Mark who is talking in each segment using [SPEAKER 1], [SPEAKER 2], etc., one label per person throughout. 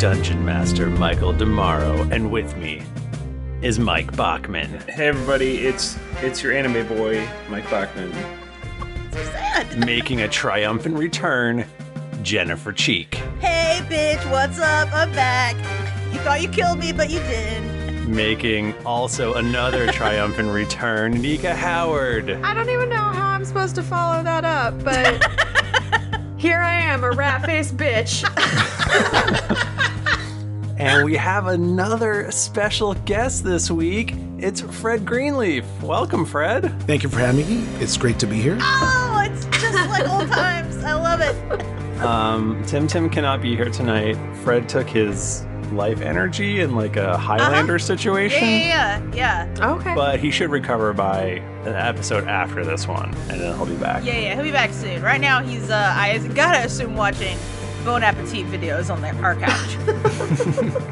[SPEAKER 1] Dungeon Master Michael Demaro, and with me is Mike Bachman.
[SPEAKER 2] Hey everybody, it's it's your anime boy, Mike Bachman.
[SPEAKER 3] So sad.
[SPEAKER 1] Making a triumphant return, Jennifer Cheek.
[SPEAKER 3] Hey, bitch, what's up? I'm back. You thought you killed me, but you didn't.
[SPEAKER 1] Making also another triumphant return, Nika Howard.
[SPEAKER 4] I don't even know how I'm supposed to follow that up, but here I am, a rat faced bitch.
[SPEAKER 1] And we have another special guest this week. It's Fred Greenleaf. Welcome, Fred.
[SPEAKER 5] Thank you for having me. It's great to be here.
[SPEAKER 3] Oh, it's just like old times. I love it.
[SPEAKER 1] Um, Tim Tim cannot be here tonight. Fred took his life energy in like a Highlander
[SPEAKER 3] Uh-huh. Yeah,
[SPEAKER 1] situation.
[SPEAKER 3] yeah, yeah, yeah.
[SPEAKER 4] Okay.
[SPEAKER 1] But he should recover by an episode after this one, and then he'll be back.
[SPEAKER 3] Yeah, yeah. He'll be back soon. Right now, he's uh, I gotta assume watching Bon Appetit videos on their our couch.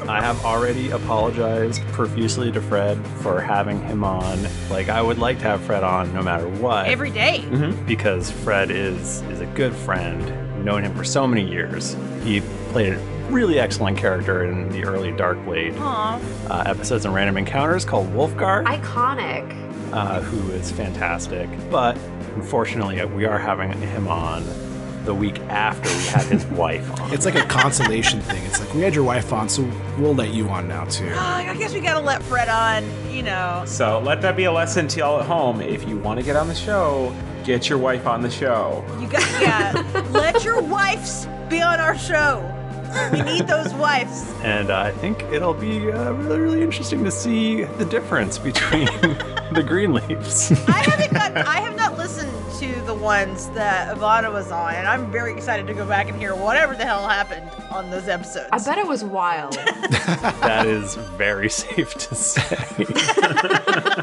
[SPEAKER 1] I have already apologized profusely to Fred for having him on. Like, I would like to have Fred on no matter what. Mm-hmm.
[SPEAKER 3] Every day.
[SPEAKER 1] because Fred is is a good friend. I've known him for so many years. He played a really excellent character in the early Dark Blade
[SPEAKER 3] Aw.
[SPEAKER 1] uh, episodes and random encounters called Wolfgar,
[SPEAKER 4] Iconic.
[SPEAKER 1] uh, who is fantastic. But unfortunately, uh, we are having him on the week after we had his wife on.
[SPEAKER 5] It's like a consolation thing. It's like we had your wife on, so we'll let you on now too.
[SPEAKER 3] Ah, I guess we gotta let Fred on, you know.
[SPEAKER 2] So let that be a lesson to y'all at home. If you want to get on the show, get your wife on the show.
[SPEAKER 3] You got yeah. let your wives be on our show. We need those wives.
[SPEAKER 1] and uh, I think it'll be uh, really, really interesting to see the difference between the green leaves.
[SPEAKER 3] I haven't got I have not listened to the ones that Ivana was on, and I'm very excited to go back and hear whatever the hell happened on those episodes.
[SPEAKER 4] I bet it was wild.
[SPEAKER 1] that is very safe to say.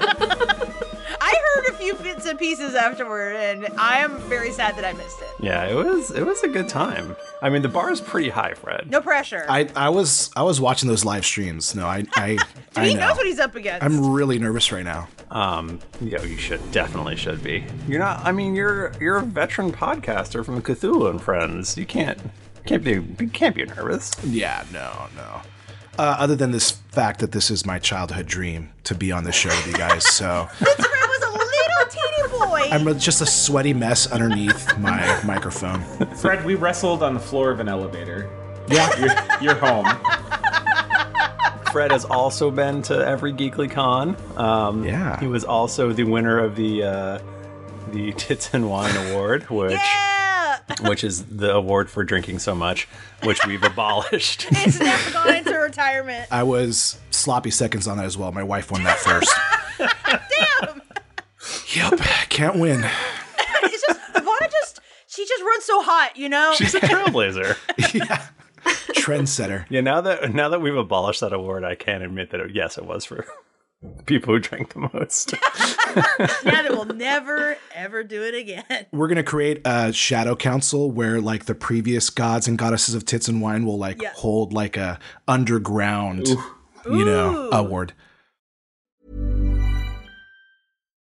[SPEAKER 3] I heard a few bits and pieces afterward, and I am very sad that I missed it.
[SPEAKER 1] yeah, it was it was a good time. I mean, the bar is pretty high, Fred.
[SPEAKER 3] No pressure.
[SPEAKER 5] I, I was I was watching those live streams. No, I I, I
[SPEAKER 3] he
[SPEAKER 5] know.
[SPEAKER 3] knows what he's up against.
[SPEAKER 5] I'm really nervous right now.
[SPEAKER 1] Um, yeah, you should definitely should be. You're not. I mean, you're you're a veteran podcaster from Cthulhu and Friends. You can't can't be you can't be nervous.
[SPEAKER 5] Yeah, no, no. Uh, other than this fact that this is my childhood dream to be on the show with you guys, so
[SPEAKER 3] Fred was a little teeny boy.
[SPEAKER 5] I'm just a sweaty mess underneath my microphone.
[SPEAKER 2] Fred, we wrestled on the floor of an elevator.
[SPEAKER 5] Yeah,
[SPEAKER 2] You're, you're home.
[SPEAKER 1] Fred has also been to every Geekly Con. Um,
[SPEAKER 5] Yeah.
[SPEAKER 1] he was also the winner of the uh, the Tits and Wine Award, which
[SPEAKER 3] yeah.
[SPEAKER 1] which is the award for drinking so much, which we've abolished.
[SPEAKER 3] He's never gone into retirement.
[SPEAKER 5] I was sloppy seconds on that as well. My wife won that first. Damn. Yep, can't win.
[SPEAKER 3] It's just Ivana just she just runs so hot, you know.
[SPEAKER 1] She's a trailblazer.
[SPEAKER 5] Trendsetter.
[SPEAKER 1] Yeah, now that now that we've abolished that award, I can admit that it, yes, it was for people who drank the most.
[SPEAKER 3] now that we'll never ever do it again.
[SPEAKER 5] we're gonna create a shadow council where like the previous gods and goddesses of tits and wine will like
[SPEAKER 3] Yeah.
[SPEAKER 5] hold like a underground you know
[SPEAKER 3] Ooh.
[SPEAKER 5] award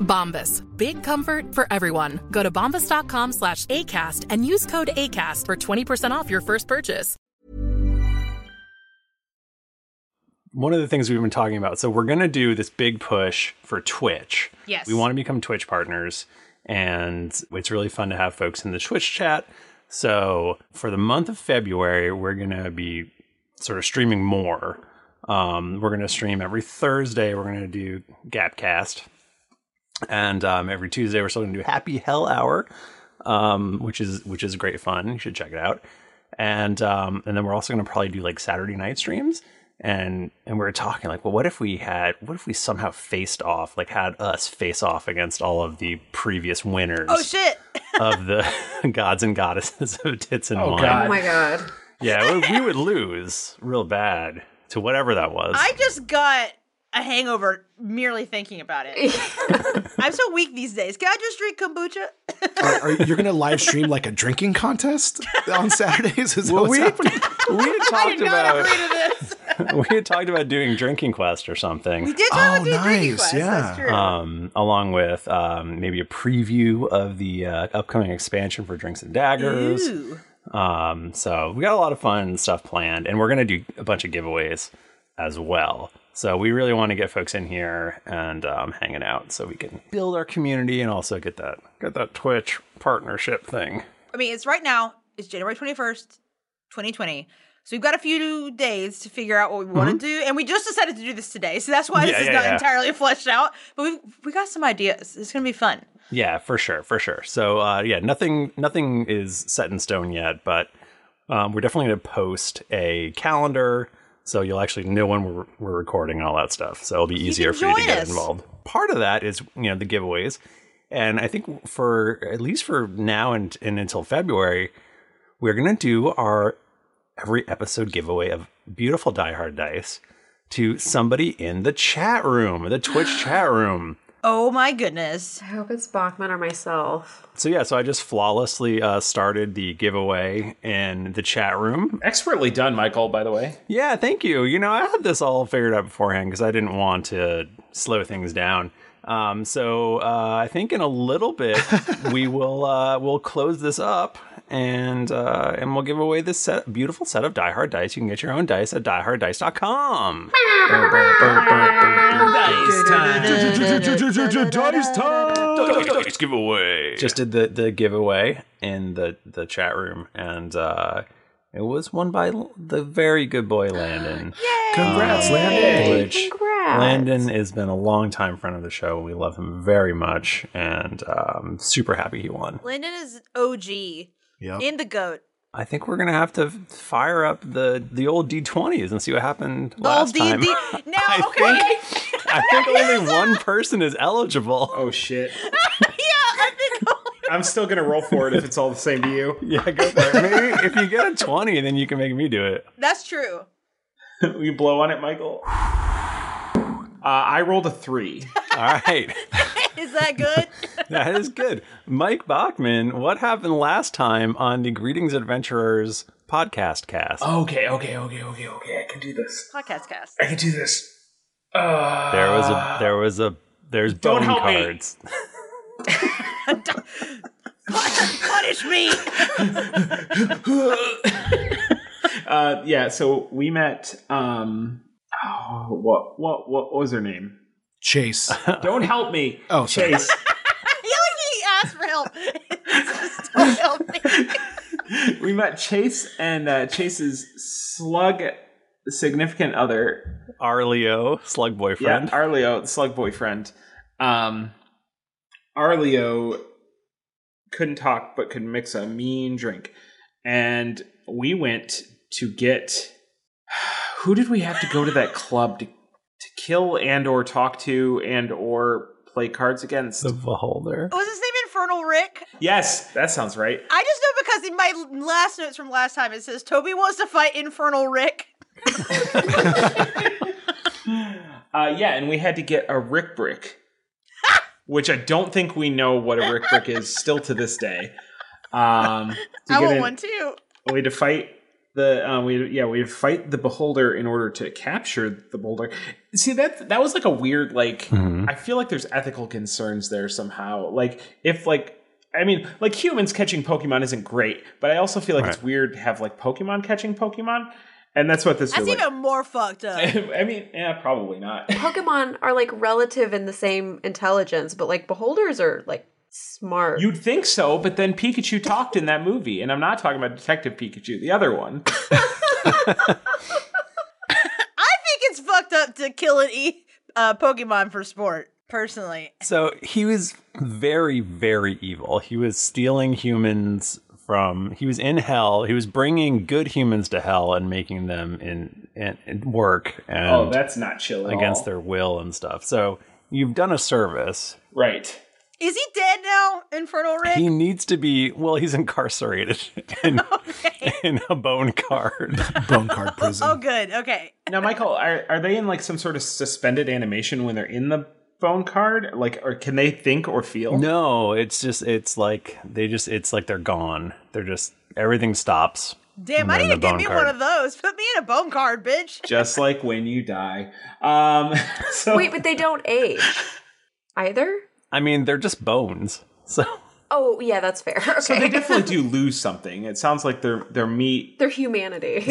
[SPEAKER 6] Bombas. Big comfort for everyone. Go to bombas.com slash ACAST and use code ACAST for 20% off your first purchase.
[SPEAKER 1] one of the things we've been talking about. So we're going to do this big push for Twitch.
[SPEAKER 3] Yes.
[SPEAKER 1] We want to become Twitch partners and it's really fun to have folks in the Twitch chat. So for the month of February, we're going to be sort of streaming more. Um, we're going to stream every Thursday. We're going to do Gapcast. And um, every Tuesday, we're still going to do Happy Hell Hour, um, which is which is great fun. You should check it out. And um, and then we're also going to probably do like Saturday night streams. And and we were talking like, well, what if we had what if we somehow faced off, like had us face off against all of the previous winners?
[SPEAKER 3] Oh shit!
[SPEAKER 1] of the gods and goddesses of tits and
[SPEAKER 3] Oh,
[SPEAKER 1] wine.
[SPEAKER 3] God. Oh, my God.
[SPEAKER 1] Yeah, we, we would lose real bad to whatever that was.
[SPEAKER 3] I just got a hangover merely thinking about it. I'm so weak these days. Can I just drink kombucha?
[SPEAKER 5] Are, are, you're going to live stream like a drinking contest on Saturdays? Is that
[SPEAKER 1] Well,
[SPEAKER 5] what's
[SPEAKER 1] we-
[SPEAKER 5] happening?
[SPEAKER 1] we had talked about
[SPEAKER 3] this.
[SPEAKER 1] we had talked about doing drinking quest or something.
[SPEAKER 3] We did talk about doing drinking quest. That's true.
[SPEAKER 1] Um, along with um, maybe a preview of the uh, upcoming expansion for Drinks and Daggers.
[SPEAKER 3] Ooh.
[SPEAKER 1] Um, so we got a lot of fun stuff planned, and we're gonna do a bunch of giveaways as well. So we really want to get folks in here and um, hanging out, so we can build our community and also get that get that Twitch partnership thing.
[SPEAKER 3] I mean, it's right now. It's January 21st, 2020. So we've got a few days to figure out what we want to do, and we just decided to do this today. So that's why
[SPEAKER 1] Mm-hmm. Yeah,
[SPEAKER 3] this is
[SPEAKER 1] yeah,
[SPEAKER 3] not
[SPEAKER 1] yeah.
[SPEAKER 3] entirely fleshed out, but we we got some ideas. It's gonna be fun.
[SPEAKER 1] Yeah, for sure, for sure. So uh, yeah, nothing nothing is set in stone yet, but um, we're definitely gonna post a calendar, so you'll actually know when we're, we're recording and all that stuff. So it'll be easier for you to
[SPEAKER 3] join
[SPEAKER 1] get
[SPEAKER 3] us.
[SPEAKER 1] involved. Part of that is you know the giveaways, and I think for at least for now and, and until February, we're gonna do our every episode giveaway of beautiful Die Hard dice to somebody in the chat room, the Twitch chat room.
[SPEAKER 3] Oh my goodness! I
[SPEAKER 4] hope it's Bachman or myself.
[SPEAKER 1] So yeah, so I just flawlessly uh, started the giveaway in the chat room.
[SPEAKER 2] Expertly done, Michael. By the way.
[SPEAKER 1] Yeah, thank you. You know, I had this all figured out beforehand because I didn't want to slow things down. Um, so uh, I think in a little bit we will uh, we'll close this up and uh, and we'll give away this set, beautiful set of Die Hard dice. You can get your own dice at dieharddice.com.
[SPEAKER 2] Dice
[SPEAKER 1] Dice time! Dice giveaway. Just did the the giveaway in the the chat room, and uh, it was won by L- the very good boy Landon. Yay!
[SPEAKER 5] Congrats, Landon. Congrats.
[SPEAKER 1] Landon has been a longtime friend of the show. We love him very much, and um, super happy he won.
[SPEAKER 3] Lyndon is OG
[SPEAKER 1] Yep.
[SPEAKER 3] in the goat.
[SPEAKER 1] I think we're gonna have to fire up the the old D twenties and see what happened
[SPEAKER 3] The old
[SPEAKER 1] last
[SPEAKER 3] D
[SPEAKER 1] time.
[SPEAKER 3] D. Now, okay.
[SPEAKER 1] I think only one person is eligible.
[SPEAKER 2] Oh shit!
[SPEAKER 3] I think
[SPEAKER 2] I'm still gonna roll for it if it's all the same to you.
[SPEAKER 1] Yeah, go for it. Maybe if you get a twenty, then you can make me do it.
[SPEAKER 3] that's true.
[SPEAKER 2] Will you blow on it, Michael? Uh, I rolled a three.
[SPEAKER 1] All right.
[SPEAKER 3] Is that good?
[SPEAKER 1] that is good. Mike Bachman, what happened last time on the Greetings Adventurers podcast cast?
[SPEAKER 2] Okay, okay, okay, okay, okay. I can do this.
[SPEAKER 3] Podcast cast.
[SPEAKER 2] Oh, I can do this. Uh,
[SPEAKER 1] There was a there was a there's
[SPEAKER 2] Don't
[SPEAKER 1] bone
[SPEAKER 2] help me.
[SPEAKER 1] cards.
[SPEAKER 3] Punish me.
[SPEAKER 2] uh, yeah, so we met. Um, oh, what what what was her name?
[SPEAKER 5] Chase.
[SPEAKER 2] Don't help me. Oh,
[SPEAKER 5] sorry.
[SPEAKER 2] Chase.
[SPEAKER 3] He he asked for help. Just don't help me.
[SPEAKER 2] we met Chase and uh, Chase's slug significant other,
[SPEAKER 1] Arleo, slug boyfriend.
[SPEAKER 2] Yeah, Arleo, the slug boyfriend. Um, Arleo couldn't talk but could mix a mean drink. And we went to get who did we have to go to that club to to kill and or talk to and or play cards against? The
[SPEAKER 1] beholder.
[SPEAKER 3] Was his name Infernal Rick?
[SPEAKER 2] Yes, that sounds right.
[SPEAKER 3] I just know because in my last notes from last time it says Toby wants to fight Infernal Rick.
[SPEAKER 2] Uh, yeah, and we had to get a Rick Brick, which I don't think we know what a Rick Brick is still to this day. Um, we get
[SPEAKER 3] I want
[SPEAKER 2] an-
[SPEAKER 3] one too.
[SPEAKER 2] We had to fight the uh, we yeah we had to fight the beholder in order to capture the beholder. See that that was like a weird like I feel like there's ethical concerns there somehow. Like if like. I mean, like humans catching Pokemon isn't great, but I also feel like it's weird to have like Pokemon catching Pokemon, and that's what this
[SPEAKER 3] That's
[SPEAKER 2] was. Like.
[SPEAKER 3] even more fucked up.
[SPEAKER 2] I mean, yeah, probably not.
[SPEAKER 4] Pokemon are like relative in the same intelligence, but like beholders are like smart.
[SPEAKER 2] You'd think so, but then Pikachu talked in that movie, and I'm not talking about Detective Pikachu, the other one.
[SPEAKER 3] I think it's fucked up to kill and eat uh, Pokemon for sport, personally.
[SPEAKER 1] So he was very, very evil. He was stealing humans from. He was in hell. He was bringing good humans to hell and making them in, in, in work. And
[SPEAKER 2] Oh, that's not chill at
[SPEAKER 1] against
[SPEAKER 2] all.
[SPEAKER 1] their will and stuff. So you've done a service,
[SPEAKER 2] right?
[SPEAKER 3] Is he dead now, Infernal Rick? Oh,
[SPEAKER 1] He needs to be. Well, he's incarcerated in, in a bone card,
[SPEAKER 5] bone card
[SPEAKER 3] oh, good. Okay.
[SPEAKER 2] Now, Michael, are, are they in like some sort of suspended animation when they're in the phone card? Like, or can they think or feel?
[SPEAKER 1] No, it's just it's like they just it's like they're gone. They're just everything stops.
[SPEAKER 3] Damn, I
[SPEAKER 1] And then
[SPEAKER 3] need to
[SPEAKER 1] the
[SPEAKER 3] get
[SPEAKER 1] bone
[SPEAKER 3] me
[SPEAKER 1] card.
[SPEAKER 3] one of those. Put me in a bone card, bitch.
[SPEAKER 2] Just like when you die. Um, so
[SPEAKER 4] Wait, but they don't age either?
[SPEAKER 1] I mean, they're just bones. So
[SPEAKER 4] Oh, yeah, that's fair. Okay.
[SPEAKER 2] so they definitely do lose something. It sounds like their their meat.
[SPEAKER 4] Their humanity.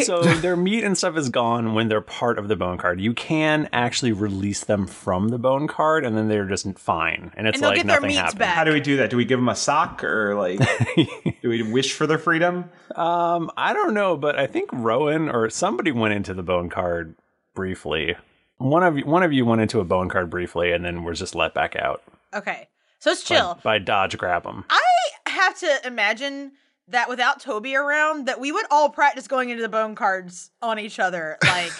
[SPEAKER 1] so their meat and stuff is gone when they're part of the bone card. You can actually release them from the bone card, and then they're just fine. And it's
[SPEAKER 3] And they'll
[SPEAKER 1] like
[SPEAKER 3] get their
[SPEAKER 1] nothing
[SPEAKER 3] meats
[SPEAKER 1] happened.
[SPEAKER 3] back. How
[SPEAKER 2] do we do that? Do we give them a sock or like do we wish for their freedom?
[SPEAKER 1] Um, I don't know, but I think Rowan or somebody went into the bone card briefly. One of you, one of you went into a bone card briefly, and then was just let back out.
[SPEAKER 3] Okay. So it's chill.
[SPEAKER 1] by, by dodge grab them.
[SPEAKER 3] I have to imagine that without Toby around, that we would all practice going into the bone cards on each other. Like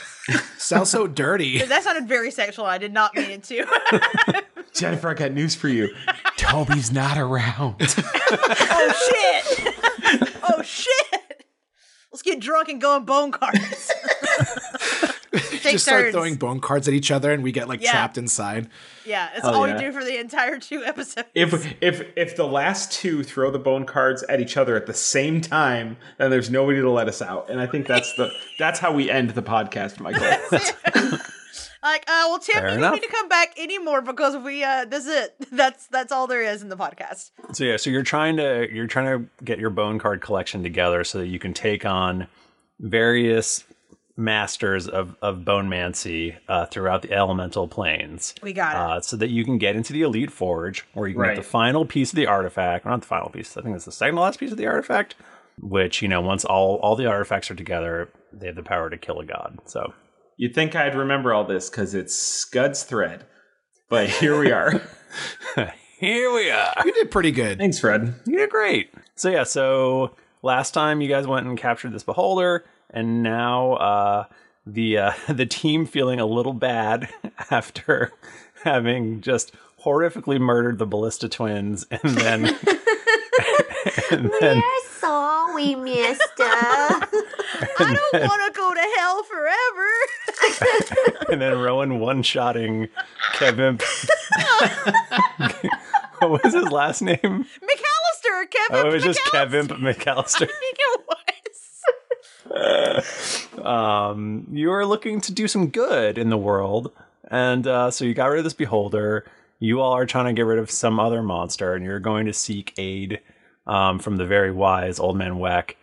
[SPEAKER 5] Sounds so dirty.
[SPEAKER 3] that sounded very sexual. I did not mean it to.
[SPEAKER 2] Jennifer, I got news for you. Toby's not around.
[SPEAKER 3] oh shit! oh shit! Let's get drunk and go in bone cards. Take
[SPEAKER 5] just start
[SPEAKER 3] turns.
[SPEAKER 5] throwing bone cards at each other, and we get like
[SPEAKER 3] Yeah.
[SPEAKER 5] trapped inside.
[SPEAKER 3] yeah, that's
[SPEAKER 2] Hell
[SPEAKER 3] all
[SPEAKER 2] yeah.
[SPEAKER 3] we do for the entire two episodes.
[SPEAKER 2] If if if the last two throw the bone cards at each other at the same time, then there's nobody to let us out. And I think that's the that's how we end the podcast, Michael.
[SPEAKER 3] like, uh, well, Tim,
[SPEAKER 2] Fair
[SPEAKER 3] you
[SPEAKER 1] enough.
[SPEAKER 3] don't need to come back anymore because we. Uh, that's it. That's that's all there is in the podcast.
[SPEAKER 1] So yeah, so you're trying to you're trying to get your bone card collection together so that you can take on various masters of of bone mancy uh, throughout the elemental planes.
[SPEAKER 3] We got it.
[SPEAKER 1] Uh, so that you can get into the elite forge, where you can
[SPEAKER 2] Right.
[SPEAKER 1] get the final piece of the artifact. Not the final piece. I think it's the second to last piece of the artifact. Which you know, once all all the artifacts are together, they have the power to kill a god. So
[SPEAKER 2] You'd think I'd remember all this because it's Scud's thread. But here we are.
[SPEAKER 1] here we are.
[SPEAKER 5] You did pretty good.
[SPEAKER 2] Thanks, Fred.
[SPEAKER 1] You did great. So yeah, so last time you guys went and captured this beholder, and now uh, the uh, the team feeling a little bad after having just horrifically murdered the ballista twins, and then and then
[SPEAKER 3] sorry, Mister. I don't
[SPEAKER 1] then-
[SPEAKER 3] want to go to hell forever.
[SPEAKER 1] and then Rowan one shotting Kevin. what was his last name?
[SPEAKER 3] McAllister, Kevin.
[SPEAKER 1] Oh, it was just
[SPEAKER 3] McAllister.
[SPEAKER 1] Kevin McAllister.
[SPEAKER 3] I think it was.
[SPEAKER 1] um, you are looking to do some good in the world, and uh, so you got rid of this beholder. You all are trying to get rid of some other monster, and you're going to seek aid um, from the very wise old man Weck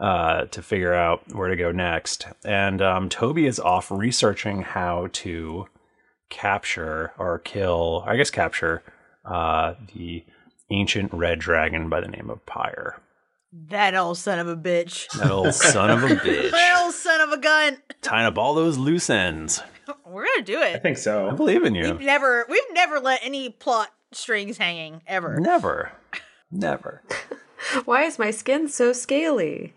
[SPEAKER 1] uh, to figure out where to go next. And um, Toby is off researching how to capture or kill, I guess, capture uh, the ancient red dragon by the name of Pyre.
[SPEAKER 3] That old son of a bitch.
[SPEAKER 1] That old son of a bitch.
[SPEAKER 3] that old son of a gun.
[SPEAKER 1] Tying up all those loose ends.
[SPEAKER 3] We're gonna do it.
[SPEAKER 2] so.
[SPEAKER 1] I believe in you.
[SPEAKER 3] Never. We've never let any plot strings hanging ever.
[SPEAKER 1] Never. Never.
[SPEAKER 4] Why is my skin so scaly?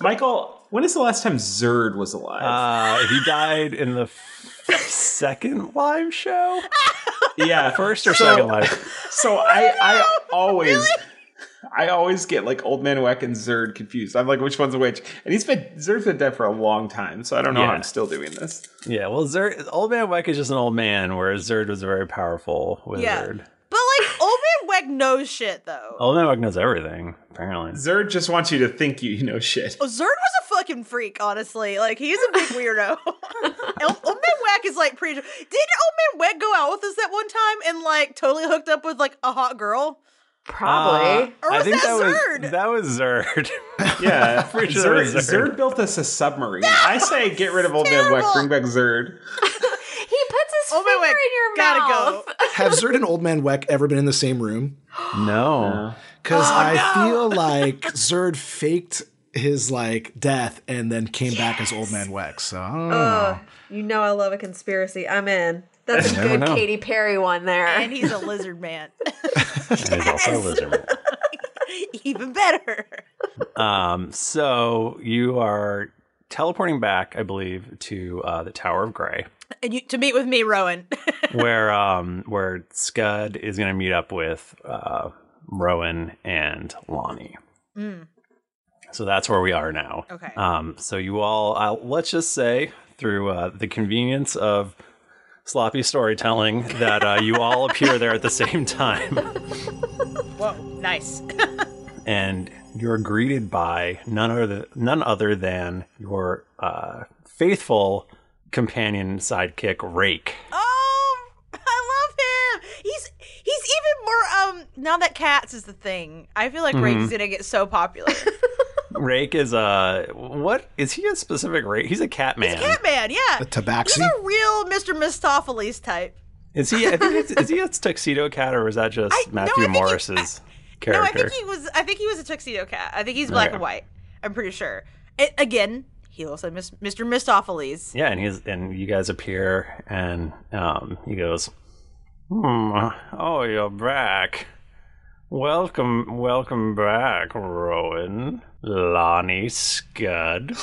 [SPEAKER 2] Michael, when is the last time Zerd was alive?
[SPEAKER 1] Uh, he died in the second live show.
[SPEAKER 2] yeah,
[SPEAKER 1] first or
[SPEAKER 2] So-
[SPEAKER 1] second live.
[SPEAKER 2] So I, I always, I always get like Old Man Weck and Zerd confused. I'm like, which one's which? And he's been Zerd's been dead for a long time, so I don't know how
[SPEAKER 1] Yeah.
[SPEAKER 2] I'm still doing this.
[SPEAKER 1] Yeah, well, Zerd, old man Weck is just an old man, whereas Zerd was a very powerful
[SPEAKER 3] Yeah.
[SPEAKER 1] wizard.
[SPEAKER 3] But like, Old Man Weg knows shit though.
[SPEAKER 1] Old man Weck knows everything, apparently.
[SPEAKER 2] Zerd just wants you to think you, you know shit.
[SPEAKER 3] Oh, Zerd was a fucking freak, honestly. Like, he's a big weirdo. old, old Man Wack is like pretty. Did Old Man Wack go out with us that one time and like totally hooked up with like a hot girl?
[SPEAKER 1] Uh,
[SPEAKER 3] or was
[SPEAKER 1] I think
[SPEAKER 3] that,
[SPEAKER 1] that
[SPEAKER 3] Zerd?
[SPEAKER 1] was that was Zerd.
[SPEAKER 2] Yeah,
[SPEAKER 1] Pretty sure that
[SPEAKER 2] Zerd,
[SPEAKER 1] was Zerd.
[SPEAKER 2] Zerd built us a submarine. I say get rid of Old Man Weck, bring back Zerd.
[SPEAKER 4] He puts his finger in your
[SPEAKER 3] gotta
[SPEAKER 4] mouth.
[SPEAKER 5] Have Zerd and Old Man Weck ever been in the same room?
[SPEAKER 1] No.
[SPEAKER 5] Because
[SPEAKER 4] Oh,
[SPEAKER 5] I feel like Zerd faked his like death and then came back as Old Man Weck. So I don't know.
[SPEAKER 4] Ugh, Oh, you know I love a conspiracy. I'm in. That's a
[SPEAKER 5] You never
[SPEAKER 4] good
[SPEAKER 5] know.
[SPEAKER 4] Katy Perry one there.
[SPEAKER 3] And he's a lizard man.
[SPEAKER 1] He's also a lizard man.
[SPEAKER 3] Even better.
[SPEAKER 1] Um, so you are teleporting back, I believe, to uh, the Tower of Grey,
[SPEAKER 3] And you to meet with me, Rowan.
[SPEAKER 1] where um, where Scud is going to meet up with uh, Rowan and Lonnie.
[SPEAKER 3] Mm.
[SPEAKER 1] So that's where we are now.
[SPEAKER 3] Okay.
[SPEAKER 1] Um, so you all, uh, let's just say, through uh, the convenience of sloppy storytelling, that uh, you all appear there at the same time.
[SPEAKER 3] Whoa, nice.
[SPEAKER 1] and you're greeted by none other none other than your uh, faithful companion sidekick Rake.
[SPEAKER 3] Oh, I love him. He's he's even more um now that cats is the thing. I feel like
[SPEAKER 1] Mhm.
[SPEAKER 3] Rake's gonna get so popular.
[SPEAKER 1] Rake is a what is he a specific rake? He's a cat man.
[SPEAKER 3] Catman, yeah.
[SPEAKER 1] A tabaxi?
[SPEAKER 3] He's a real Mr. Mistopheles type.
[SPEAKER 1] Is he? I think it's, is he a tuxedo cat or is that just Matthew Morris's character? Oh,
[SPEAKER 3] No, I think he was I think he was a tuxedo cat. I think he's black
[SPEAKER 1] Okay.
[SPEAKER 3] and white. I'm pretty sure. It, again, he also mis- Mr. Mistopheles.
[SPEAKER 1] yeah, and he's and you guys appear and um, he goes, hmm, "Oh, you're back. Welcome, welcome back, Rowan, Lonnie Scud."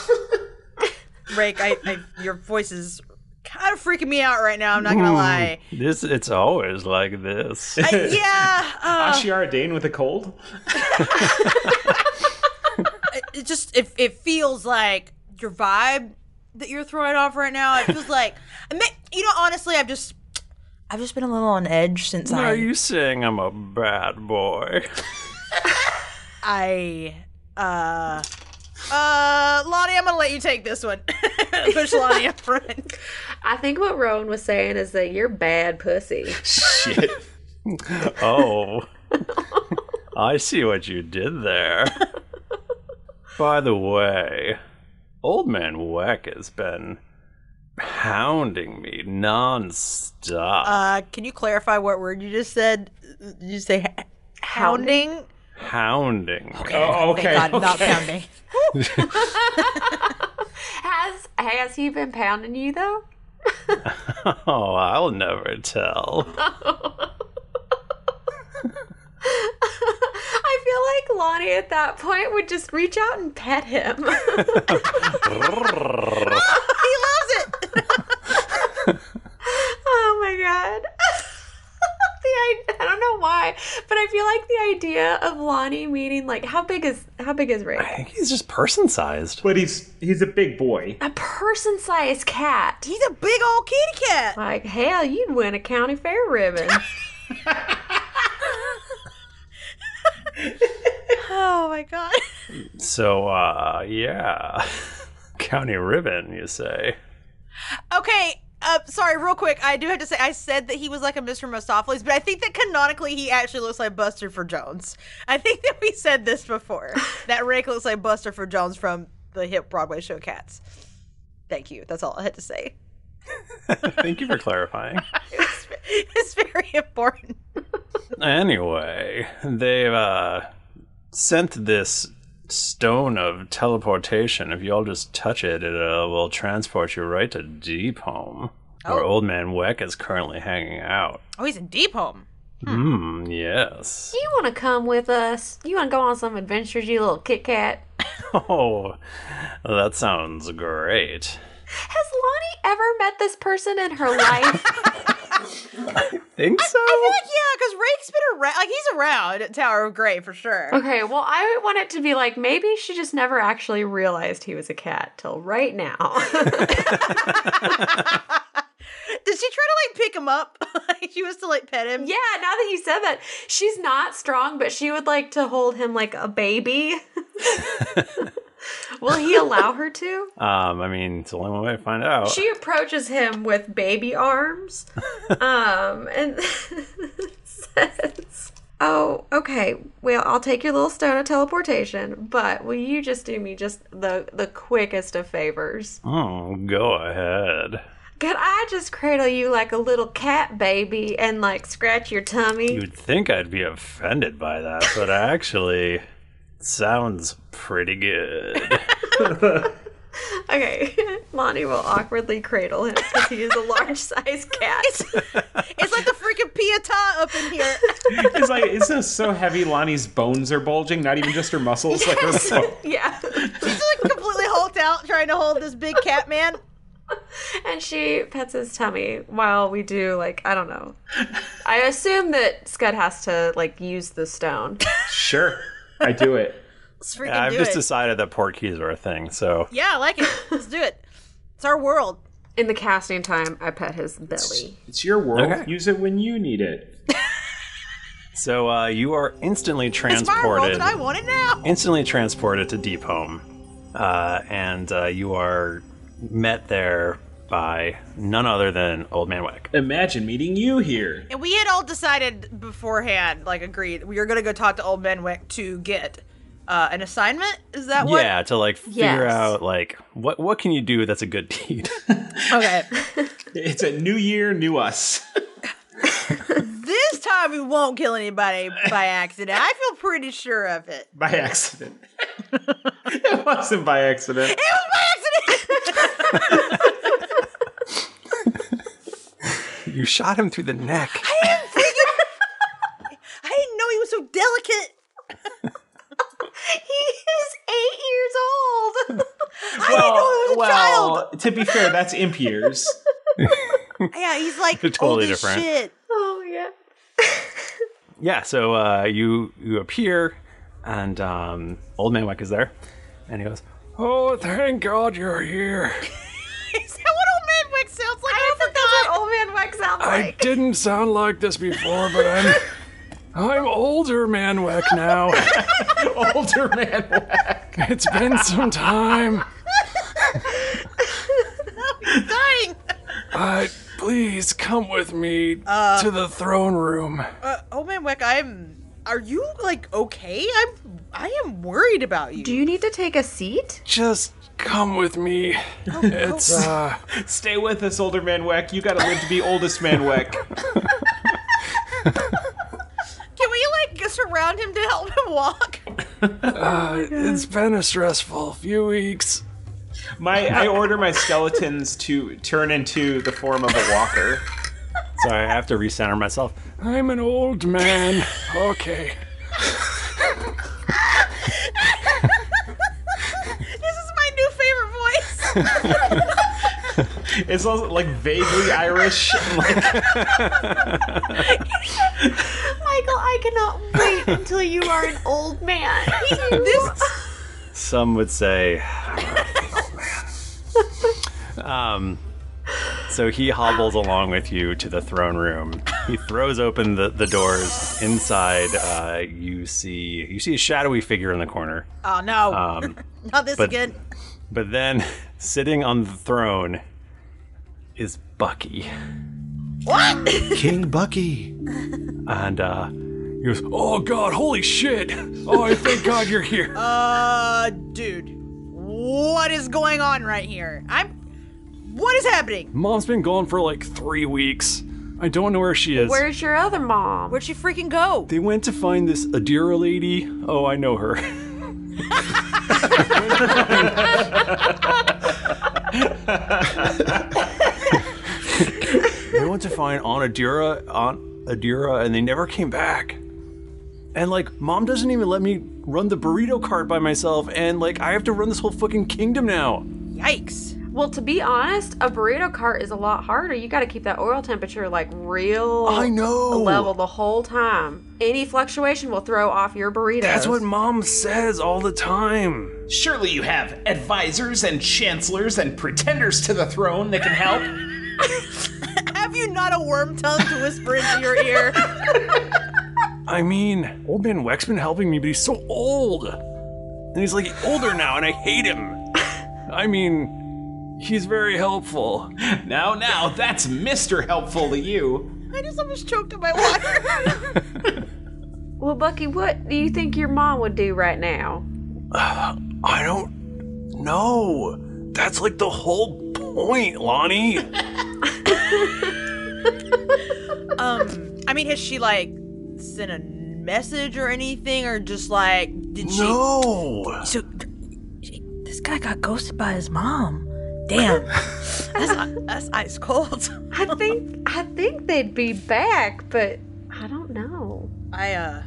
[SPEAKER 3] Rake, I, I your voice is kind of freaking me out right now, I'm not gonna lie.
[SPEAKER 1] Hmm, This it's always like this.
[SPEAKER 3] Yeah. Uh,
[SPEAKER 2] Ashiara Dane with a cold.
[SPEAKER 3] it- it just it, it feels like your vibe that you're throwing off right now it feels like I mean, you know honestly i've just i've just been a little on edge since
[SPEAKER 1] Why
[SPEAKER 3] i
[SPEAKER 1] Are you saying I'm a bad boy?
[SPEAKER 3] i uh uh lonnie i'm gonna let you take this one push lonnie up front
[SPEAKER 4] I think what Rowan was saying is that you're bad pussy.
[SPEAKER 1] Shit. oh. I see what you did there. By the way, old man Weck has been pounding me nonstop.
[SPEAKER 3] uh can you clarify what word you just said Did you say h- hounding
[SPEAKER 1] Hounding.
[SPEAKER 3] Thank God, not pounding
[SPEAKER 4] Has has he been pounding you though?
[SPEAKER 1] Oh, I'll never tell.
[SPEAKER 4] I feel like Lonnie at that point would just reach out and pet him.
[SPEAKER 3] he loves it.
[SPEAKER 4] oh my god. the I, I don't know why, but I feel like the idea of Lonnie meaning like how big is how big is Rick?
[SPEAKER 1] He's just person sized.
[SPEAKER 2] But he's he's a big boy.
[SPEAKER 4] A person-sized cat.
[SPEAKER 3] He's a big old kitty cat.
[SPEAKER 4] Like hell, you'd win a county fair ribbon.
[SPEAKER 3] oh my god
[SPEAKER 1] So, uh, yeah. County ribbon, you say?
[SPEAKER 3] Okay, uh, sorry, real quick. I do have to say, I said that he was like a Mr. Mistopheles, but I think that canonically he actually looks like Buster for Jones. I think that we said this before that Rick looks like Buster for Jones from the hit Broadway show Cats. Thank you. That's all I had to say.
[SPEAKER 1] Thank you for clarifying.
[SPEAKER 3] It's very important.
[SPEAKER 1] Anyway, they've uh, sent this stone of teleportation. If you all just touch it, it uh, will transport you right to Deep Home. where old man Weck is currently hanging out.
[SPEAKER 3] Oh, he's in deep home.
[SPEAKER 1] Hmm, yes.
[SPEAKER 4] You want to come with us? You want to go on some adventures, you little Kit Kat?
[SPEAKER 1] Oh, that sounds great.
[SPEAKER 4] Has Lonnie ever met this person in her life?
[SPEAKER 1] Think so?
[SPEAKER 3] I feel like yeah, because Rake's been around. Like he's around at Tower of Grey for sure.
[SPEAKER 4] okay, well, I want it to be like maybe she just never actually realized he was a cat till right now.
[SPEAKER 3] Did she try to like pick him up? like she was to like pet him.
[SPEAKER 4] Yeah, now that you said that, she's not strong, but she would like to hold him like a baby. Will he allow her to?
[SPEAKER 1] Um, I mean, it's the only one way to find out.
[SPEAKER 4] She approaches him with baby arms. um, and says, "Oh, okay. Well, I'll take your little stone of teleportation, but will you just do me just the the quickest of favors?
[SPEAKER 1] oh, go ahead.
[SPEAKER 4] Could I just cradle you like a little cat baby and like scratch your tummy?"
[SPEAKER 1] You'd think I'd be offended by that, but actually, sounds pretty good.
[SPEAKER 4] Okay, Lonnie will awkwardly cradle him because he is a large sized cat.
[SPEAKER 3] It's like the freaking Pieta up in here.
[SPEAKER 2] it's like it's just so heavy. Lonnie's bones are bulging, not even just her muscles. Like her bone.
[SPEAKER 4] yeah.
[SPEAKER 3] She's like completely hulked out trying to hold this big cat man.
[SPEAKER 4] and she pets his tummy while we do like I don't know. I assume that Scud has to like use the stone.
[SPEAKER 2] Sure, I do it.
[SPEAKER 3] Let's freaking
[SPEAKER 1] I've
[SPEAKER 3] do
[SPEAKER 1] just
[SPEAKER 3] it.
[SPEAKER 1] decided that porkies are a thing, so
[SPEAKER 3] yeah, I like it. Let's do it. It's our world.
[SPEAKER 4] In the casting time, I pet his belly.
[SPEAKER 2] It's your world.
[SPEAKER 1] Okay.
[SPEAKER 2] Use it when you need it.
[SPEAKER 1] so uh, you are instantly
[SPEAKER 3] It's my world
[SPEAKER 1] transported.
[SPEAKER 3] and I want it now.
[SPEAKER 1] instantly transported to Deep Home, uh, and uh, you are met there by none other than Old Man Weck.
[SPEAKER 2] Imagine meeting you here.
[SPEAKER 3] And we had all decided beforehand, like agreed, that we were gonna go talk to Old Benwick to get uh, an assignment. Is that what?
[SPEAKER 1] Yeah, to like figure
[SPEAKER 3] Yes.
[SPEAKER 1] out like what what can you do that's a good deed.
[SPEAKER 3] Okay.
[SPEAKER 2] It's a new year, new us.
[SPEAKER 3] this time we won't kill anybody by accident. I feel pretty sure of it.
[SPEAKER 2] By accident. it wasn't by accident.
[SPEAKER 3] It was by accident.
[SPEAKER 1] you shot him through the neck.
[SPEAKER 3] I didn't think it. I didn't know he was so delicate.
[SPEAKER 4] he is eight years old.
[SPEAKER 2] Well, well, to be fair, that's imp years.
[SPEAKER 3] yeah, he's like
[SPEAKER 1] They're totally
[SPEAKER 3] old as
[SPEAKER 1] different.
[SPEAKER 3] Shit.
[SPEAKER 4] Oh yeah.
[SPEAKER 1] Yeah, so uh, you you appear, and um, Old Man Weck is there, and he goes, "Oh, thank God you're here.
[SPEAKER 3] Is that what old man Wick sounds like? I, forgot. That's
[SPEAKER 4] what old man Wick sounds
[SPEAKER 7] I didn't sound like this before, but I'm I'm older Manweck now.
[SPEAKER 2] older Manweck.
[SPEAKER 7] It's been some time.
[SPEAKER 3] dying.
[SPEAKER 7] Uh, please come with me
[SPEAKER 3] Uh,
[SPEAKER 7] to the throne room.
[SPEAKER 3] Uh, oh man, Wick, I'm. Are you like okay? I'm. I am worried about you. Do
[SPEAKER 4] you need to take a seat?
[SPEAKER 7] Just come with me.
[SPEAKER 3] Oh,
[SPEAKER 7] It's uh,
[SPEAKER 2] Stay with us, older man Weck. You gotta live to be oldest man Weck.
[SPEAKER 3] Can we like surround him to help him walk?
[SPEAKER 7] uh it's been a stressful few weeks.
[SPEAKER 2] My, I order my skeletons to turn into the form of a walker.
[SPEAKER 1] Sorry, I have to recenter myself.
[SPEAKER 7] I'm an old man. Okay.
[SPEAKER 3] This is my new favorite voice.
[SPEAKER 2] It's also like vaguely Irish. Like,
[SPEAKER 4] Michael, I cannot wait until you are an old man. this
[SPEAKER 1] Some would say, um, so he hobbles along with you to the throne room. He throws open the, the doors. Inside, uh, you see you see a shadowy figure in the corner.
[SPEAKER 3] Oh no,
[SPEAKER 1] Um,
[SPEAKER 3] not this
[SPEAKER 1] but-
[SPEAKER 3] again.
[SPEAKER 1] But then, sitting on the throne is Bucky.
[SPEAKER 3] What?
[SPEAKER 5] King Bucky.
[SPEAKER 1] And uh, he goes,
[SPEAKER 7] Oh God! Holy shit! Oh, I thank God you're here.
[SPEAKER 3] Uh, dude, what is going on right here? I'm. What is happening?
[SPEAKER 7] Mom's been gone for like three weeks. I don't know where she is.
[SPEAKER 4] Where's your other mom?
[SPEAKER 3] Where'd she freaking go?
[SPEAKER 7] They went to find this Adira lady. Oh, I know her.
[SPEAKER 1] find on Adura on Adura, and they never came back. And like, mom doesn't even let me run the burrito cart by myself, and like, I have to run this whole fucking kingdom now.
[SPEAKER 3] Yikes.
[SPEAKER 4] Well, to be honest, a burrito cart is a lot harder. You got to keep that oil temperature like real
[SPEAKER 1] I know.
[SPEAKER 4] level the whole time. Any fluctuation will throw off your burrito.
[SPEAKER 1] That's what mom says all the time.
[SPEAKER 2] Surely you have advisors and chancellors and pretenders to the throne that can help.
[SPEAKER 3] Have you not a worm tongue to whisper into your ear?
[SPEAKER 1] I mean, old man Weck's been helping me, but he's so old. And he's like older now, and I hate him. I mean, he's very helpful.
[SPEAKER 2] Now, now, that's Mr. Helpful to you.
[SPEAKER 3] I just almost choked on my water.
[SPEAKER 4] Well, Bucky, what do you think your mom would do right now?
[SPEAKER 1] I don't know. That's like the whole point, Lonnie.
[SPEAKER 3] um, I mean, has she like sent a message or anything, or just like did she?
[SPEAKER 1] No.
[SPEAKER 3] So this guy got ghosted by his mom. Damn, that's, that's ice cold.
[SPEAKER 4] I think I think they'd be back, but I don't know.
[SPEAKER 3] I uh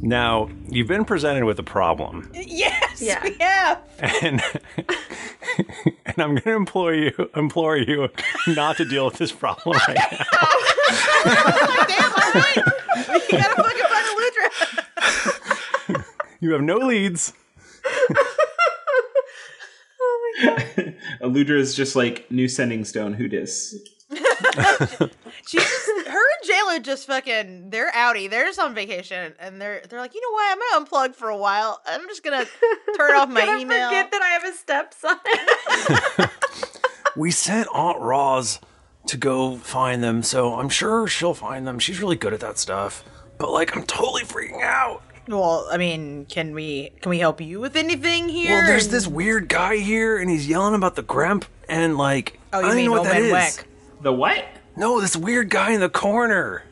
[SPEAKER 1] Now, you've been presented with a problem,
[SPEAKER 3] yes, yeah. we have.
[SPEAKER 1] and and I'm going to implore you implore you not to deal with this problem right now.
[SPEAKER 3] You gotta fucking find a Ludra.
[SPEAKER 1] You have no leads.
[SPEAKER 4] Oh
[SPEAKER 2] Eludra is just like new sending stone. Who dis?
[SPEAKER 3] She's just, her and Jalen just fucking they're outie. They're just on vacation and they're they're like, you know what? I'm gonna unplug for a while. I'm just gonna turn off my
[SPEAKER 4] Gonna
[SPEAKER 3] email.
[SPEAKER 4] forget
[SPEAKER 3] that
[SPEAKER 4] I have a stepson.
[SPEAKER 1] We sent Aunt Roz to go find them, so I'm sure she'll find them. She's really good at that stuff. But like I'm totally freaking out.
[SPEAKER 3] Well, I mean, can we can we help you with anything here?
[SPEAKER 1] Well, there's
[SPEAKER 3] And-
[SPEAKER 1] this weird guy here, and he's yelling about the Grump, and like,
[SPEAKER 3] Oh, you
[SPEAKER 1] I don't
[SPEAKER 3] mean
[SPEAKER 1] know what
[SPEAKER 3] Old
[SPEAKER 1] that
[SPEAKER 3] Man
[SPEAKER 1] is.
[SPEAKER 3] Weck.
[SPEAKER 2] The what?
[SPEAKER 1] No, this weird guy in the corner.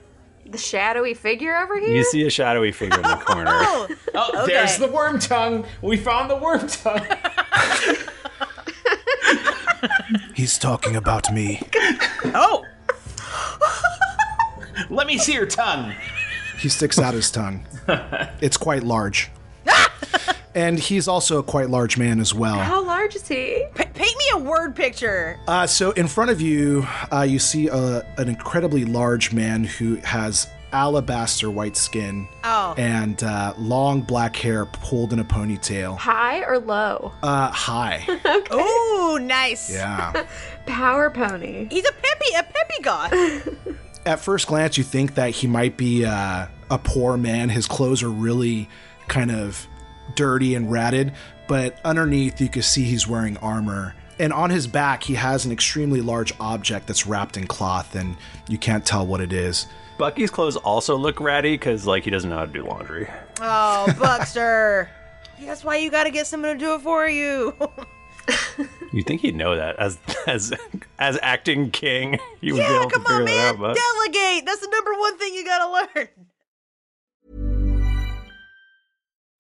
[SPEAKER 4] The shadowy figure over here.
[SPEAKER 1] You see a shadowy figure in the corner.
[SPEAKER 3] Oh,
[SPEAKER 4] okay.
[SPEAKER 2] there's the worm tongue. We found the worm tongue.
[SPEAKER 5] He's talking about me.
[SPEAKER 3] Oh.
[SPEAKER 2] Let me see your tongue.
[SPEAKER 5] He sticks out his tongue. It's quite large. and he's also a quite large man as well.
[SPEAKER 4] How large is he?
[SPEAKER 3] paint me a word picture.
[SPEAKER 5] Uh, so in front of you, uh, you see a, an incredibly large man who has alabaster white skin
[SPEAKER 4] Oh.
[SPEAKER 5] and uh, long black hair pulled in a ponytail.
[SPEAKER 4] High or low?
[SPEAKER 5] Uh, high.
[SPEAKER 3] Ooh, nice.
[SPEAKER 5] Yeah.
[SPEAKER 4] Power pony.
[SPEAKER 3] He's a peppy a peppy god.
[SPEAKER 5] At first glance, you think that he might be uh, a poor man. His clothes are really kind of dirty and ratted, but underneath, you can see he's wearing armor. And on his back, he has an extremely large object that's wrapped in cloth, and you can't tell what it is.
[SPEAKER 1] Bucky's clothes also look ratty because like he doesn't know how to do laundry.
[SPEAKER 3] Oh, Buckster. That's why you gotta get someone to do it for you.
[SPEAKER 1] You think he'd know that as as as acting king? You would be
[SPEAKER 3] Yeah,
[SPEAKER 1] able to
[SPEAKER 3] come
[SPEAKER 1] figure
[SPEAKER 3] on,
[SPEAKER 1] that
[SPEAKER 3] man.
[SPEAKER 1] out, but
[SPEAKER 3] Delegate. That's the number one thing you gotta learn.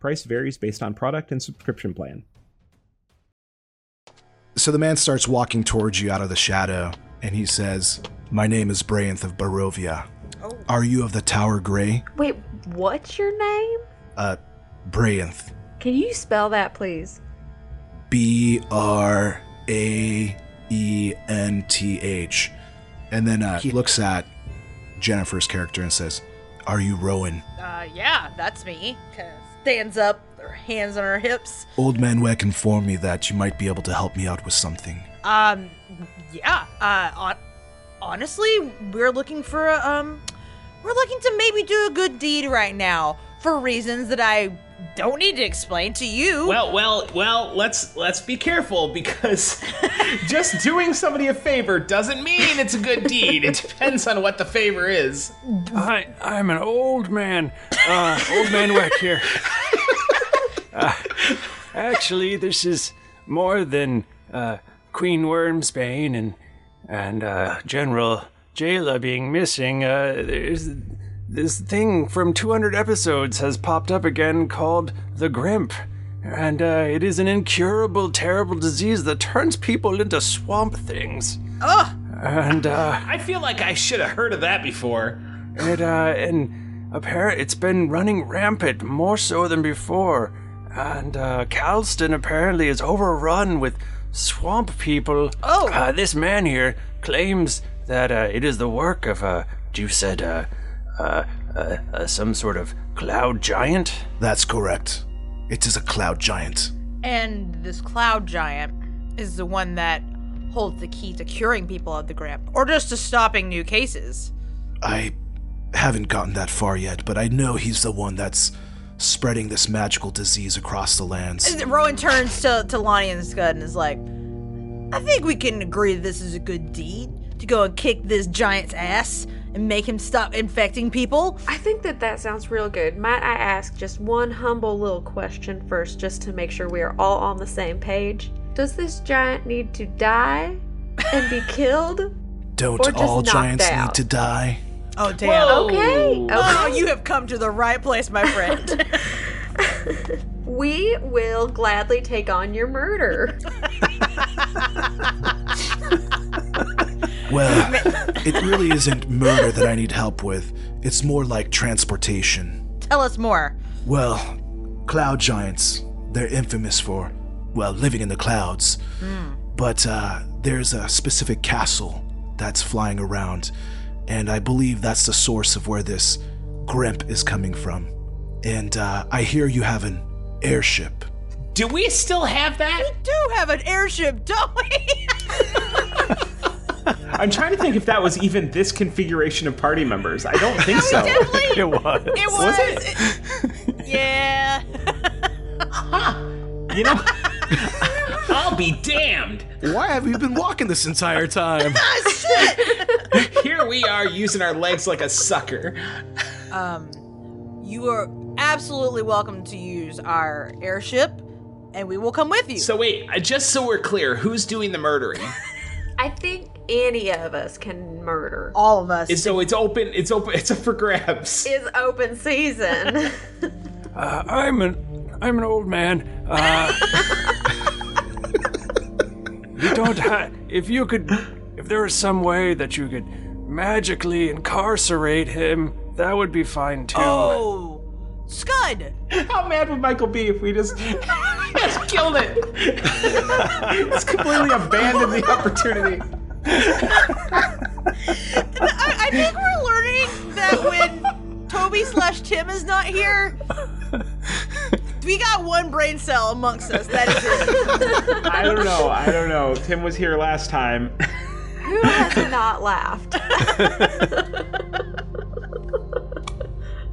[SPEAKER 2] Price varies based on product and subscription plan.
[SPEAKER 5] So the man starts walking towards you out of the shadow, and he says, My name is Brainth of Barovia. Are you of the Tower Grey?
[SPEAKER 4] Wait, what's your name?
[SPEAKER 5] Uh, Brainth.
[SPEAKER 4] Can you spell that, please?
[SPEAKER 5] B R A E N T H. And then uh, he looks at Jennifer's character and says, Are you Rowan?
[SPEAKER 3] Uh, yeah, that's me. Kinda stands up, her hands on her hips.
[SPEAKER 5] Old Man Weck informed me that you might be able to help me out with something.
[SPEAKER 3] Um, yeah. Uh, on- honestly, we're looking for a, um, we're looking to maybe do a good deed right now for reasons that I don't need to explain to you.
[SPEAKER 8] Well, well, well. Let's let's be careful because just doing somebody a favor doesn't mean it's a good deed. It depends on what the favor is.
[SPEAKER 7] I, I'm an old man. Uh, old man Weck here. Uh, actually, this is more than uh, Queen Wormsbane and and uh, General Jayla being missing. Uh, there's this thing from 200 episodes has popped up again called the Grimp. And uh, it is an incurable, terrible disease that turns people into swamp things.
[SPEAKER 3] Ugh!
[SPEAKER 7] And uh,
[SPEAKER 8] I feel like I should have heard of that before.
[SPEAKER 7] It uh, and apparent it's been running rampant more so than before, and uh, Calston apparently is overrun with swamp people.
[SPEAKER 3] Oh,
[SPEAKER 7] uh, this man here claims that uh, it is the work of uh, you said uh, uh, uh, uh, some sort of cloud giant.
[SPEAKER 5] That's correct. It is a cloud giant.
[SPEAKER 3] And this cloud giant is the one that holds the key to curing people of the Grimp, or just to stopping new cases.
[SPEAKER 5] I haven't gotten that far yet, but I know he's the one that's spreading this magical disease across the lands.
[SPEAKER 3] Rowan turns to, to Lonnie and Scud and is like, I think we can agree this is a good deed to go and kick this giant's ass and make him stop infecting people.
[SPEAKER 4] I think that that sounds real good. Might I ask just one humble little question first, just to make sure we are all on the same page? Does this giant need to die and be killed?
[SPEAKER 5] Don't
[SPEAKER 4] or just
[SPEAKER 5] all
[SPEAKER 4] knocked
[SPEAKER 5] giants
[SPEAKER 4] out?
[SPEAKER 5] need to die?
[SPEAKER 3] Oh, damn.
[SPEAKER 4] Whoa. Okay,
[SPEAKER 3] Oh,
[SPEAKER 4] okay.
[SPEAKER 3] you have come to the right place, my friend.
[SPEAKER 4] We will gladly take on your murder.
[SPEAKER 5] Well, it really isn't murder that I need help with. It's more like transportation.
[SPEAKER 3] Tell us more.
[SPEAKER 5] Well, cloud giants, they're infamous for, well, living in the clouds.
[SPEAKER 2] Hmm.
[SPEAKER 5] But uh, there's a specific castle that's flying around, and I believe that's the source of where this Grimp is coming from. And uh, I hear you have an airship.
[SPEAKER 2] Do we still have that? We
[SPEAKER 3] do have an airship, don't we?
[SPEAKER 2] I'm trying to think if that was even this configuration of party members. I don't think so.
[SPEAKER 1] it was.
[SPEAKER 3] It was. it- yeah.
[SPEAKER 2] You know, I'll be damned.
[SPEAKER 5] Why have you been walking this entire time?
[SPEAKER 2] Here we are using our legs like a sucker.
[SPEAKER 3] Um, you are absolutely welcome to use our airship, and we will come with you.
[SPEAKER 2] So wait, uh, just so we're clear, who's doing the murdering?
[SPEAKER 4] I think any of us can murder.
[SPEAKER 3] All of us.
[SPEAKER 2] And so it's open. It's open. It's up for grabs.
[SPEAKER 4] Is open season.
[SPEAKER 7] Uh, I'm an I'm an old man. Uh, you don't. Ha- if you could, if there was some way that you could magically incarcerate him, that would be fine too.
[SPEAKER 3] Oh, Scud!
[SPEAKER 2] How mad would Michael be if we just just killed it? It's completely abandoned the opportunity.
[SPEAKER 3] I, I think we're learning that when Toby slash Tim is not here, we got one brain cell amongst us. That is it.
[SPEAKER 2] I don't know. I don't know. Tim was here last time.
[SPEAKER 4] Who has not laughed?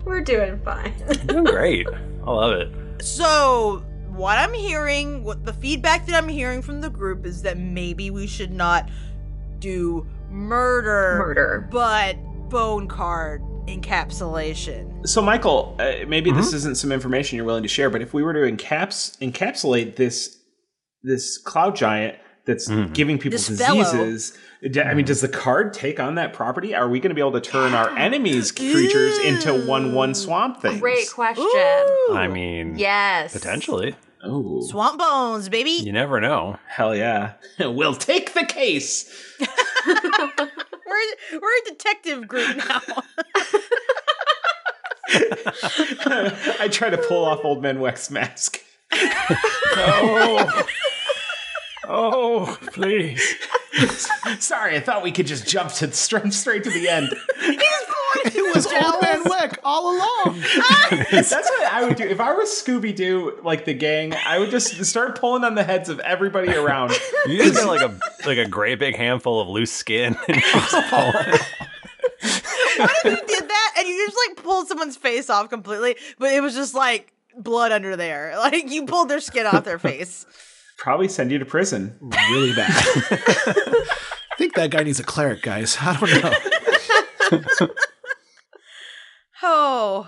[SPEAKER 4] We're doing fine.
[SPEAKER 1] Doing great. I love it.
[SPEAKER 3] So, what I'm hearing, what the feedback that I'm hearing from the group is that maybe we should not do murder,
[SPEAKER 4] Murder.
[SPEAKER 3] but bone card encapsulation.
[SPEAKER 2] So, Michael, uh, maybe this isn't some information you're willing to share, but if we were to encaps encapsulate this this cloud giant that's giving people
[SPEAKER 3] This fellow.
[SPEAKER 2] diseases, d- I mean, does the card take on that property? Are we going to be able to turn our enemies' creatures into one one swamp thing?
[SPEAKER 4] Great question.
[SPEAKER 1] I mean,
[SPEAKER 4] Yes.
[SPEAKER 1] potentially.
[SPEAKER 2] Ooh.
[SPEAKER 3] Swamp bones, baby.
[SPEAKER 1] You never know.
[SPEAKER 2] Hell yeah. we'll take the case.
[SPEAKER 3] We're we're a detective group now.
[SPEAKER 2] I try to pull off Old Man Weck's mask.
[SPEAKER 7] Oh, oh, please.
[SPEAKER 2] Sorry, I thought we could just jump to straight straight to the end.
[SPEAKER 5] it was Old Man Weck all along.
[SPEAKER 2] That's what I would do. If I was Scooby Doo, like the gang, I would just start pulling on the heads of everybody around.
[SPEAKER 1] You just got like a like a great big handful of loose skin. And just pull it.
[SPEAKER 3] What if you did that and you just like pulled someone's face off completely, but it was just like blood under there. Like you pulled their skin off their face.
[SPEAKER 2] Probably send you to prison.
[SPEAKER 5] Really bad. I think that guy needs a cleric, guys. I don't know.
[SPEAKER 3] Oh.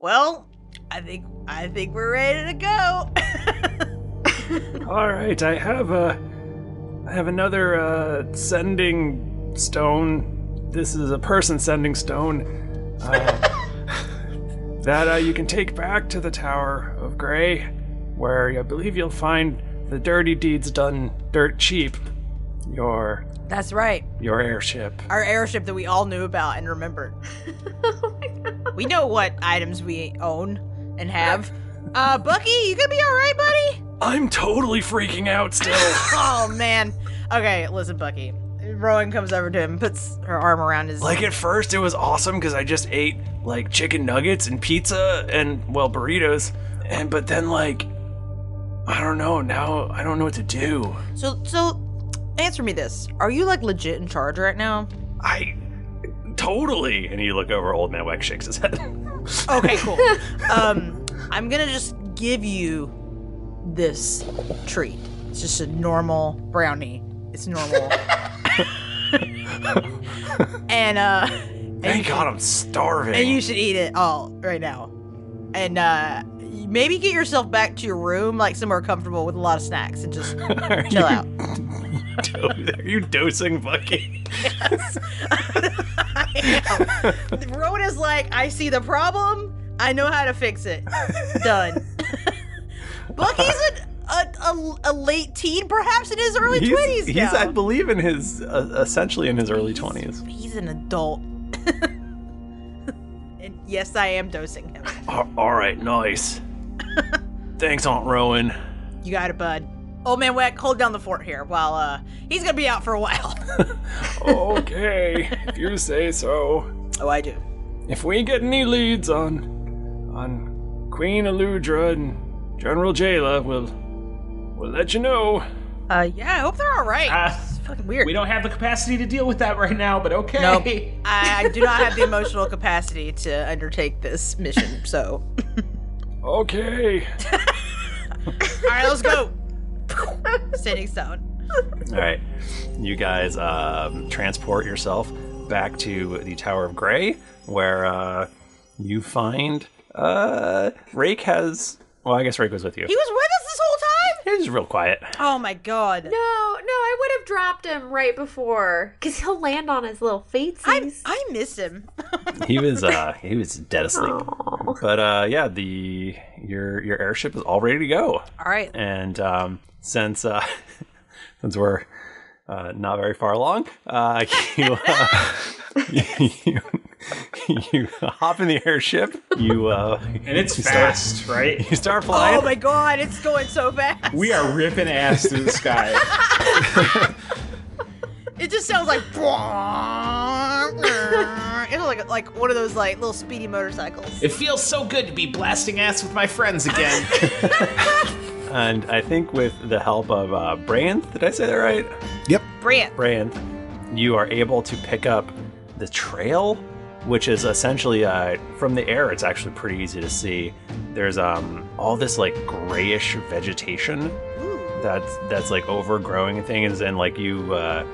[SPEAKER 3] Well, I think I think we're ready to go.
[SPEAKER 7] All right, I have a I have another uh, sending stone. This is a person sending stone uh, that uh, you can take back to the Tower of Gray, where I believe you'll find the dirty deeds done dirt cheap. Your
[SPEAKER 3] That's right.
[SPEAKER 7] your airship.
[SPEAKER 3] Our airship that we all knew about and remembered.
[SPEAKER 7] Oh
[SPEAKER 3] we know what items we own and have. Uh Bucky, you gonna be alright, buddy?
[SPEAKER 7] I'm totally freaking out still.
[SPEAKER 3] oh man. Okay, listen, Bucky. Rowan comes over to him, puts her arm around his.
[SPEAKER 7] Like at first, it was awesome because I just ate like chicken nuggets and pizza and well burritos, and but then like I don't know now I don't know what to do.
[SPEAKER 3] so, so, answer me this: Are you like legit in charge right now?
[SPEAKER 1] I totally. And you look over. Old man Weck shakes his head.
[SPEAKER 3] Okay, cool. um, I'm gonna just give you this treat. It's just a normal brownie. It's normal. and uh,
[SPEAKER 7] Thank God I'm starving.
[SPEAKER 3] and you should eat it all right now. And uh, maybe get yourself back to your room, like somewhere comfortable with a lot of snacks, and just
[SPEAKER 1] Are
[SPEAKER 3] chill
[SPEAKER 1] you-
[SPEAKER 3] out.
[SPEAKER 1] Are you dosing Bucky?
[SPEAKER 3] Rowan is like, I see the problem. I know how to fix it. Done. Bucky's a, a, a, a late teen, perhaps in his early
[SPEAKER 1] He's-
[SPEAKER 3] 20s
[SPEAKER 1] He's,
[SPEAKER 3] now.
[SPEAKER 1] I believe, in his uh, essentially in his early twenties.
[SPEAKER 3] he's an adult. and yes, I am dosing him.
[SPEAKER 7] all right, nice. Thanks, Aunt Rowan.
[SPEAKER 3] You got it, bud. Old man Weck, hold down the fort here while uh, he's going to be out for a while.
[SPEAKER 7] okay, if you say so.
[SPEAKER 3] Oh, I do.
[SPEAKER 7] If we get any leads on on Queen Aludra and General Jayla will will let you know. Ah.
[SPEAKER 3] Uh, yeah, I hope they're all right.
[SPEAKER 1] Ah.
[SPEAKER 2] fucking weird. We don't have the capacity to deal with that right now, but okay.
[SPEAKER 3] Nope. I, I do not have the emotional capacity to undertake this mission, so.
[SPEAKER 7] Okay.
[SPEAKER 3] All right, let's go. Standing stone.
[SPEAKER 1] All right, you guys um, transport yourself back to the Tower of Gray, where uh, you find uh, Rake has. Well, I guess Rake was with you.
[SPEAKER 3] He was with us this whole time.
[SPEAKER 1] He's real quiet.
[SPEAKER 3] Oh my god. No, no,
[SPEAKER 4] I would have dropped him right before, cause he'll land on his little feetsies.
[SPEAKER 3] I, I miss him.
[SPEAKER 1] He was uh, he was dead asleep. But uh, yeah, the your your airship is all ready to go.
[SPEAKER 3] All right.
[SPEAKER 1] And um, since uh, since we're uh, not very far along, uh, you, uh, you, you you hop in the airship. You uh,
[SPEAKER 2] And it's
[SPEAKER 1] you
[SPEAKER 2] fast, right?
[SPEAKER 1] You start flying.
[SPEAKER 3] Oh my god, it's going so fast.
[SPEAKER 2] We are ripping ass through the sky.
[SPEAKER 3] It just sounds like. it's like like one of those like little speedy motorcycles.
[SPEAKER 2] it feels so good to be blasting ass with my friends again.
[SPEAKER 1] And I think with the help of uh, Branth, did I say that right?
[SPEAKER 5] Yep.
[SPEAKER 3] Brant.
[SPEAKER 1] Branth, you are able to pick up the trail, which is essentially uh, from the air. It's actually pretty easy to see. There's um all this like grayish vegetation that's that's like overgrowing things, and like you, uh,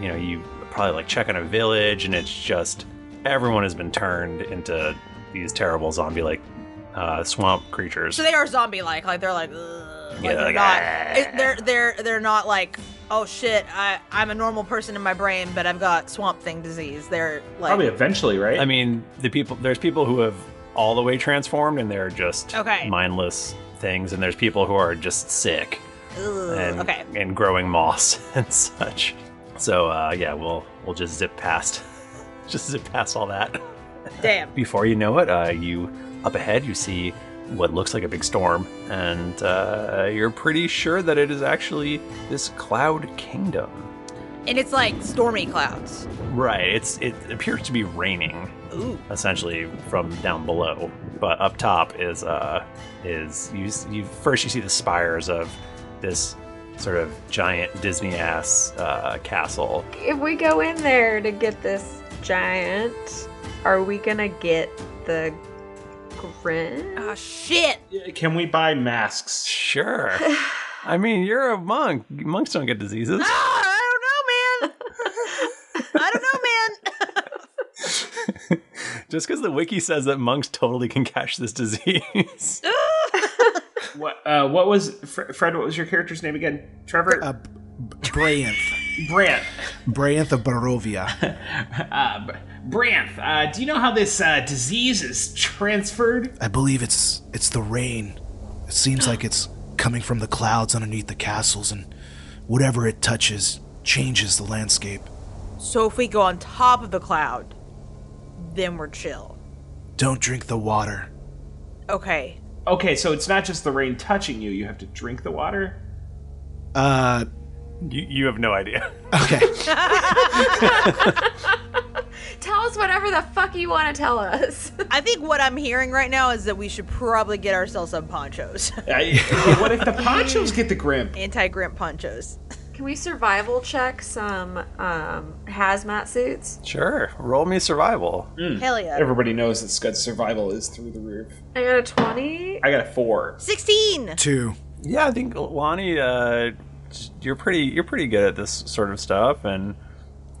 [SPEAKER 1] you know, you probably like check on a village, and it's just everyone has been turned into these terrible zombie-like uh, swamp creatures.
[SPEAKER 3] So they are zombie like. Like they're like. Ugh, like
[SPEAKER 1] Yeah,
[SPEAKER 3] they're
[SPEAKER 1] like,
[SPEAKER 3] not.
[SPEAKER 1] "Ah."
[SPEAKER 3] It, they're they're they're not like. Oh shit! I I'm a normal person in my brain, but I've got swamp thing disease. They're like.
[SPEAKER 2] eventually, right?
[SPEAKER 1] I mean, the people there's people who have all the way transformed and they're just
[SPEAKER 3] Okay.
[SPEAKER 1] mindless things, and there's people who are just sick
[SPEAKER 3] Ugh,
[SPEAKER 1] and
[SPEAKER 3] okay.
[SPEAKER 1] and growing moss and such. So uh, yeah, we'll we'll just zip past, just zip past all that.
[SPEAKER 3] Damn.
[SPEAKER 1] Before you know it, uh, you up ahead you see what looks like a big storm, and uh, you're pretty sure that it is actually this cloud kingdom.
[SPEAKER 3] And it's like stormy clouds.
[SPEAKER 1] Right. It's it appears to be raining,
[SPEAKER 3] Ooh.
[SPEAKER 1] essentially from down below. But up top is uh is you s- you first you see the spires of this sort of giant Disney ass uh, castle.
[SPEAKER 4] if we go in there to get this giant, are we gonna get the grin?
[SPEAKER 3] Oh shit!
[SPEAKER 2] Can we buy masks?
[SPEAKER 1] Sure. I mean, you're a monk. Monks don't get diseases.
[SPEAKER 3] Ah, I don't know, man.
[SPEAKER 1] Just because the wiki says that monks totally can catch this disease.
[SPEAKER 2] What uh, what was Fre- Fred? What was your character's name again? Trevor. Uh,
[SPEAKER 5] Branth.
[SPEAKER 2] Brant.
[SPEAKER 5] Branth of Barovia.
[SPEAKER 2] Uh, B- Branth. Uh, do you know how this uh, disease is transferred?
[SPEAKER 5] I believe it's it's the rain. It seems like it's coming from the clouds underneath the castles, and whatever it touches changes the landscape.
[SPEAKER 3] So if we go on top of the cloud, then we're chill.
[SPEAKER 5] Don't drink the water.
[SPEAKER 3] Okay.
[SPEAKER 2] Okay, so it's not just the rain touching you; you have to drink the water.
[SPEAKER 5] Uh,
[SPEAKER 1] you, you have no idea.
[SPEAKER 4] Tell us whatever the fuck you want to tell us.
[SPEAKER 3] I think what I'm hearing right now is that we should probably get ourselves some ponchos.
[SPEAKER 2] I, what if the ponchos get the grimp?
[SPEAKER 3] Anti-grimp ponchos.
[SPEAKER 4] Can we survival check some um, hazmat suits?
[SPEAKER 1] Sure. Roll me survival.
[SPEAKER 4] Hell yeah.
[SPEAKER 2] Hmm. Everybody knows that Scud's survival is through the roof.
[SPEAKER 4] I got a 20.
[SPEAKER 2] I got a four.
[SPEAKER 3] 16.
[SPEAKER 5] Two.
[SPEAKER 1] Yeah, I think Lonnie, uh, you're pretty you're pretty good at this sort of stuff, and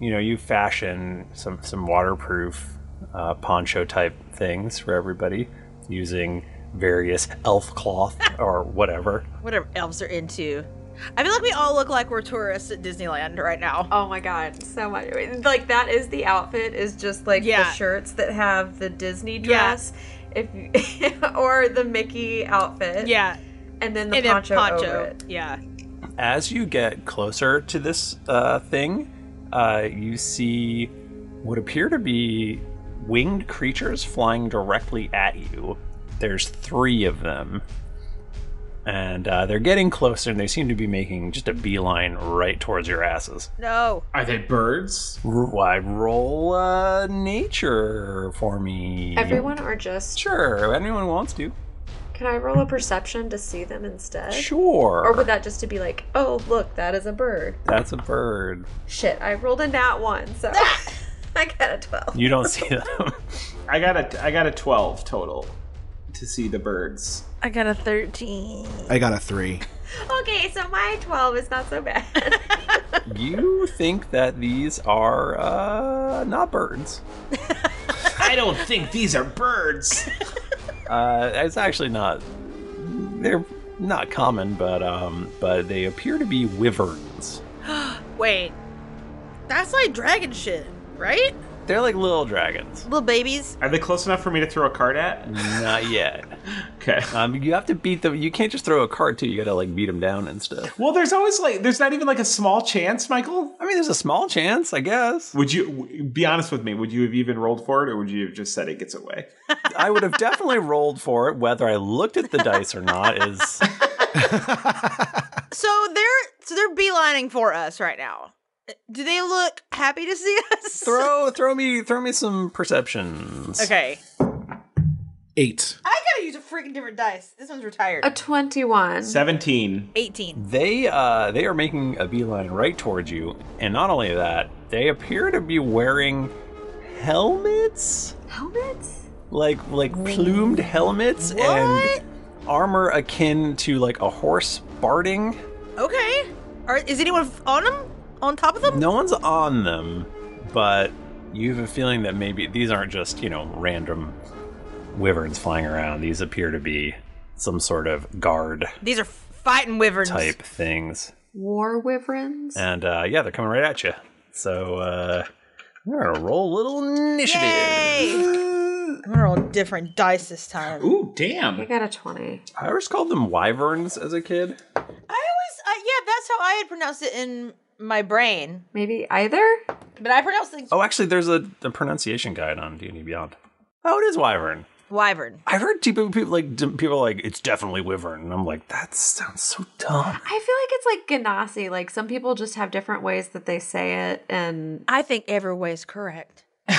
[SPEAKER 1] you know you fashion some some waterproof uh, poncho type things for everybody using various elf cloth or whatever.
[SPEAKER 3] Whatever elves are into. I feel like we all look like we're tourists at Disneyland right now.
[SPEAKER 4] Oh my god, so much. Like, that is the outfit, is just like the
[SPEAKER 3] Yeah.
[SPEAKER 4] shirts that have the Disney dress. If you- or the Mickey outfit,
[SPEAKER 3] Yeah.
[SPEAKER 4] and then the
[SPEAKER 3] And then
[SPEAKER 4] poncho,
[SPEAKER 3] poncho,
[SPEAKER 4] over it.
[SPEAKER 3] yeah.
[SPEAKER 1] As you get closer to this uh, thing, uh, you see what appear to be winged creatures flying directly at you. There's three of them. And uh, they're getting closer, and they seem to be making just a beeline right towards your asses.
[SPEAKER 3] No.
[SPEAKER 2] Are they birds?
[SPEAKER 1] R- Why roll uh, nature for me?
[SPEAKER 4] Everyone or just
[SPEAKER 1] Sure, anyone wants to.
[SPEAKER 4] Can I roll a perception to see them instead?
[SPEAKER 1] Sure.
[SPEAKER 4] Or would that just to be like, oh, look, that is a bird?
[SPEAKER 1] That's a bird.
[SPEAKER 4] Shit, I rolled a nat one, so I got a twelve.
[SPEAKER 1] You don't see them.
[SPEAKER 2] I got a I got a twelve total to see the birds.
[SPEAKER 4] I got a thirteen.
[SPEAKER 5] I got a three.
[SPEAKER 4] Okay, so my twelve is not so bad.
[SPEAKER 1] You think that these are uh, not birds?
[SPEAKER 2] I don't think these are birds.
[SPEAKER 1] Uh, it's actually not. They're not common, but um, but they appear to be wyverns.
[SPEAKER 3] Wait, that's like dragon shit, right?
[SPEAKER 1] They're like little dragons.
[SPEAKER 3] Little babies.
[SPEAKER 2] Are they close enough for me to throw a card at?
[SPEAKER 1] Not yet.
[SPEAKER 2] okay.
[SPEAKER 1] Um, you have to beat them. You can't just throw a card too. You got to like beat them down and stuff.
[SPEAKER 2] Well, there's always like there's not even like a small chance, Michael.
[SPEAKER 1] I mean, there's a small chance, I guess.
[SPEAKER 2] Would you w- be honest with me? Would you have even rolled for it, or would you have just said it gets away?
[SPEAKER 1] I would have definitely rolled for it. Whether I looked at the dice or not is
[SPEAKER 3] So they're so they're beelining for us right now. Do they look happy to see us?
[SPEAKER 1] throw throw me throw me some perceptions.
[SPEAKER 3] Okay.
[SPEAKER 5] Eight.
[SPEAKER 3] I gotta use a freaking different dice. This one's retired.
[SPEAKER 4] A twenty-one.
[SPEAKER 1] Seventeen.
[SPEAKER 3] 18.
[SPEAKER 1] They uh, they are making a beeline right towards you, and not only that, they appear to be wearing helmets,
[SPEAKER 4] Helmets?
[SPEAKER 1] like like plumed helmets and armor akin to like a horse barding.
[SPEAKER 3] Okay. Are, is anyone f- on them? On top of them?
[SPEAKER 1] No one's on them, but you have a feeling that maybe these aren't just you know random wyverns flying around. These appear to be some sort of guard
[SPEAKER 3] These are fighting wyverns.
[SPEAKER 1] type things.
[SPEAKER 4] War wyverns.
[SPEAKER 1] And uh, yeah, they're coming right at you. So uh, we're gonna roll a little initiative.
[SPEAKER 3] I'm gonna roll different dice this time.
[SPEAKER 1] Ooh, damn. I
[SPEAKER 4] got a twenty.
[SPEAKER 1] I always called them wyverns as a kid.
[SPEAKER 3] I always, uh, yeah, that's how I had pronounced it in my brain.
[SPEAKER 4] Maybe either,
[SPEAKER 3] but I pronounced things
[SPEAKER 1] Oh, actually, there's a, a pronunciation guide on D&D Beyond. Oh, it is wyvern.
[SPEAKER 3] wyvern.
[SPEAKER 1] I've heard people, people like d- people are like it's definitely wyvern, and I'm like that sounds so dumb.
[SPEAKER 4] I feel like it's like ganassi. Like some people just have different ways that they say it, and
[SPEAKER 3] I think every way is correct.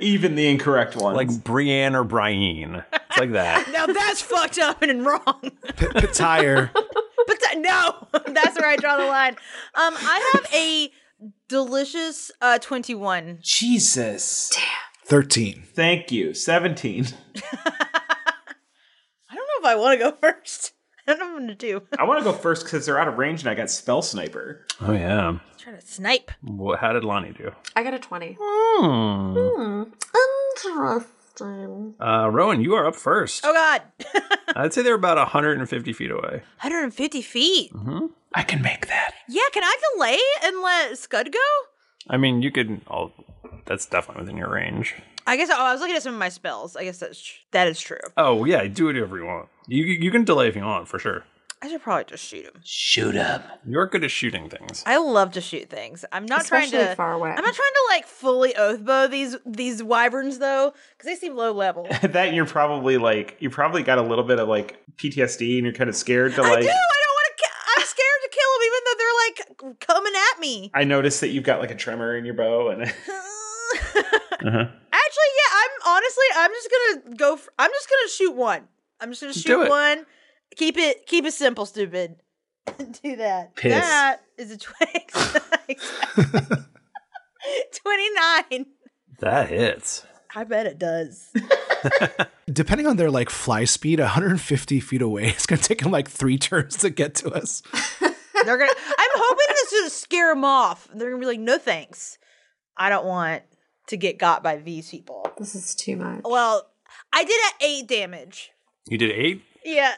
[SPEAKER 1] Even the incorrect ones, like Brienne or Brian, it's like that.
[SPEAKER 3] Now that's fucked up and wrong.
[SPEAKER 5] Tire.
[SPEAKER 3] But that, no, that's where I draw the line. Um, I have a delicious uh, 21.
[SPEAKER 2] Jesus. Damn.
[SPEAKER 5] Thirteen.
[SPEAKER 2] Thank you. Seventeen.
[SPEAKER 3] I don't know if I want to go first. I don't know what I'm gonna do.
[SPEAKER 2] I want to go first because they're out of range and I got spell sniper.
[SPEAKER 1] Oh yeah.
[SPEAKER 3] Try to snipe.
[SPEAKER 1] Well, how did Lonnie do?
[SPEAKER 4] I got a twenty.
[SPEAKER 1] Hmm.
[SPEAKER 4] Hmm. Interesting.
[SPEAKER 1] Uh, Rowan, you are up first.
[SPEAKER 3] Oh God,
[SPEAKER 1] I'd say they're about 150 feet away.
[SPEAKER 3] 150 feet.
[SPEAKER 1] Mm-hmm. I can make that.
[SPEAKER 3] Yeah, can I delay and let Scud go?
[SPEAKER 1] I mean, you could. All that's definitely within your range.
[SPEAKER 3] I guess. Oh, I was looking at some of my spells. I guess that's tr- that is true.
[SPEAKER 1] Oh yeah, do whatever you want. You you can delay if you want for sure.
[SPEAKER 3] I should probably just shoot him.
[SPEAKER 1] Shoot up. You're good at shooting things.
[SPEAKER 3] I love to shoot things. I'm not trying
[SPEAKER 4] Especially
[SPEAKER 3] to
[SPEAKER 4] far away.
[SPEAKER 3] I'm not trying to like fully oath bow these these wyverns though, because they seem low level.
[SPEAKER 2] At that you're probably like you probably got a little bit of like PTSD and you're kind of scared to
[SPEAKER 3] I
[SPEAKER 2] like.
[SPEAKER 3] do. I don't want to. Ki- I'm scared to kill them, even though they're like coming at me.
[SPEAKER 2] I noticed that you've got like a tremor in your bow and. uh-huh.
[SPEAKER 3] Actually, yeah. I'm honestly. I'm just gonna go. For, I'm just gonna shoot one. I'm just gonna
[SPEAKER 2] Just do
[SPEAKER 3] shoot
[SPEAKER 2] it.
[SPEAKER 3] one. Keep it. Keep it simple, stupid. do that.
[SPEAKER 2] Piss.
[SPEAKER 3] That is a twenty. Twenty nine.
[SPEAKER 1] That hits.
[SPEAKER 3] I bet it does.
[SPEAKER 5] Depending on their like fly speed, 150 feet away, it's gonna take them like three turns to get to us.
[SPEAKER 3] They're gonna. I'm hoping this is gonna scare them off. They're gonna be like, "No thanks, I don't want to get got by these people."
[SPEAKER 4] This is too much.
[SPEAKER 3] Well, I did at eight damage.
[SPEAKER 1] You did eight.
[SPEAKER 3] Yeah,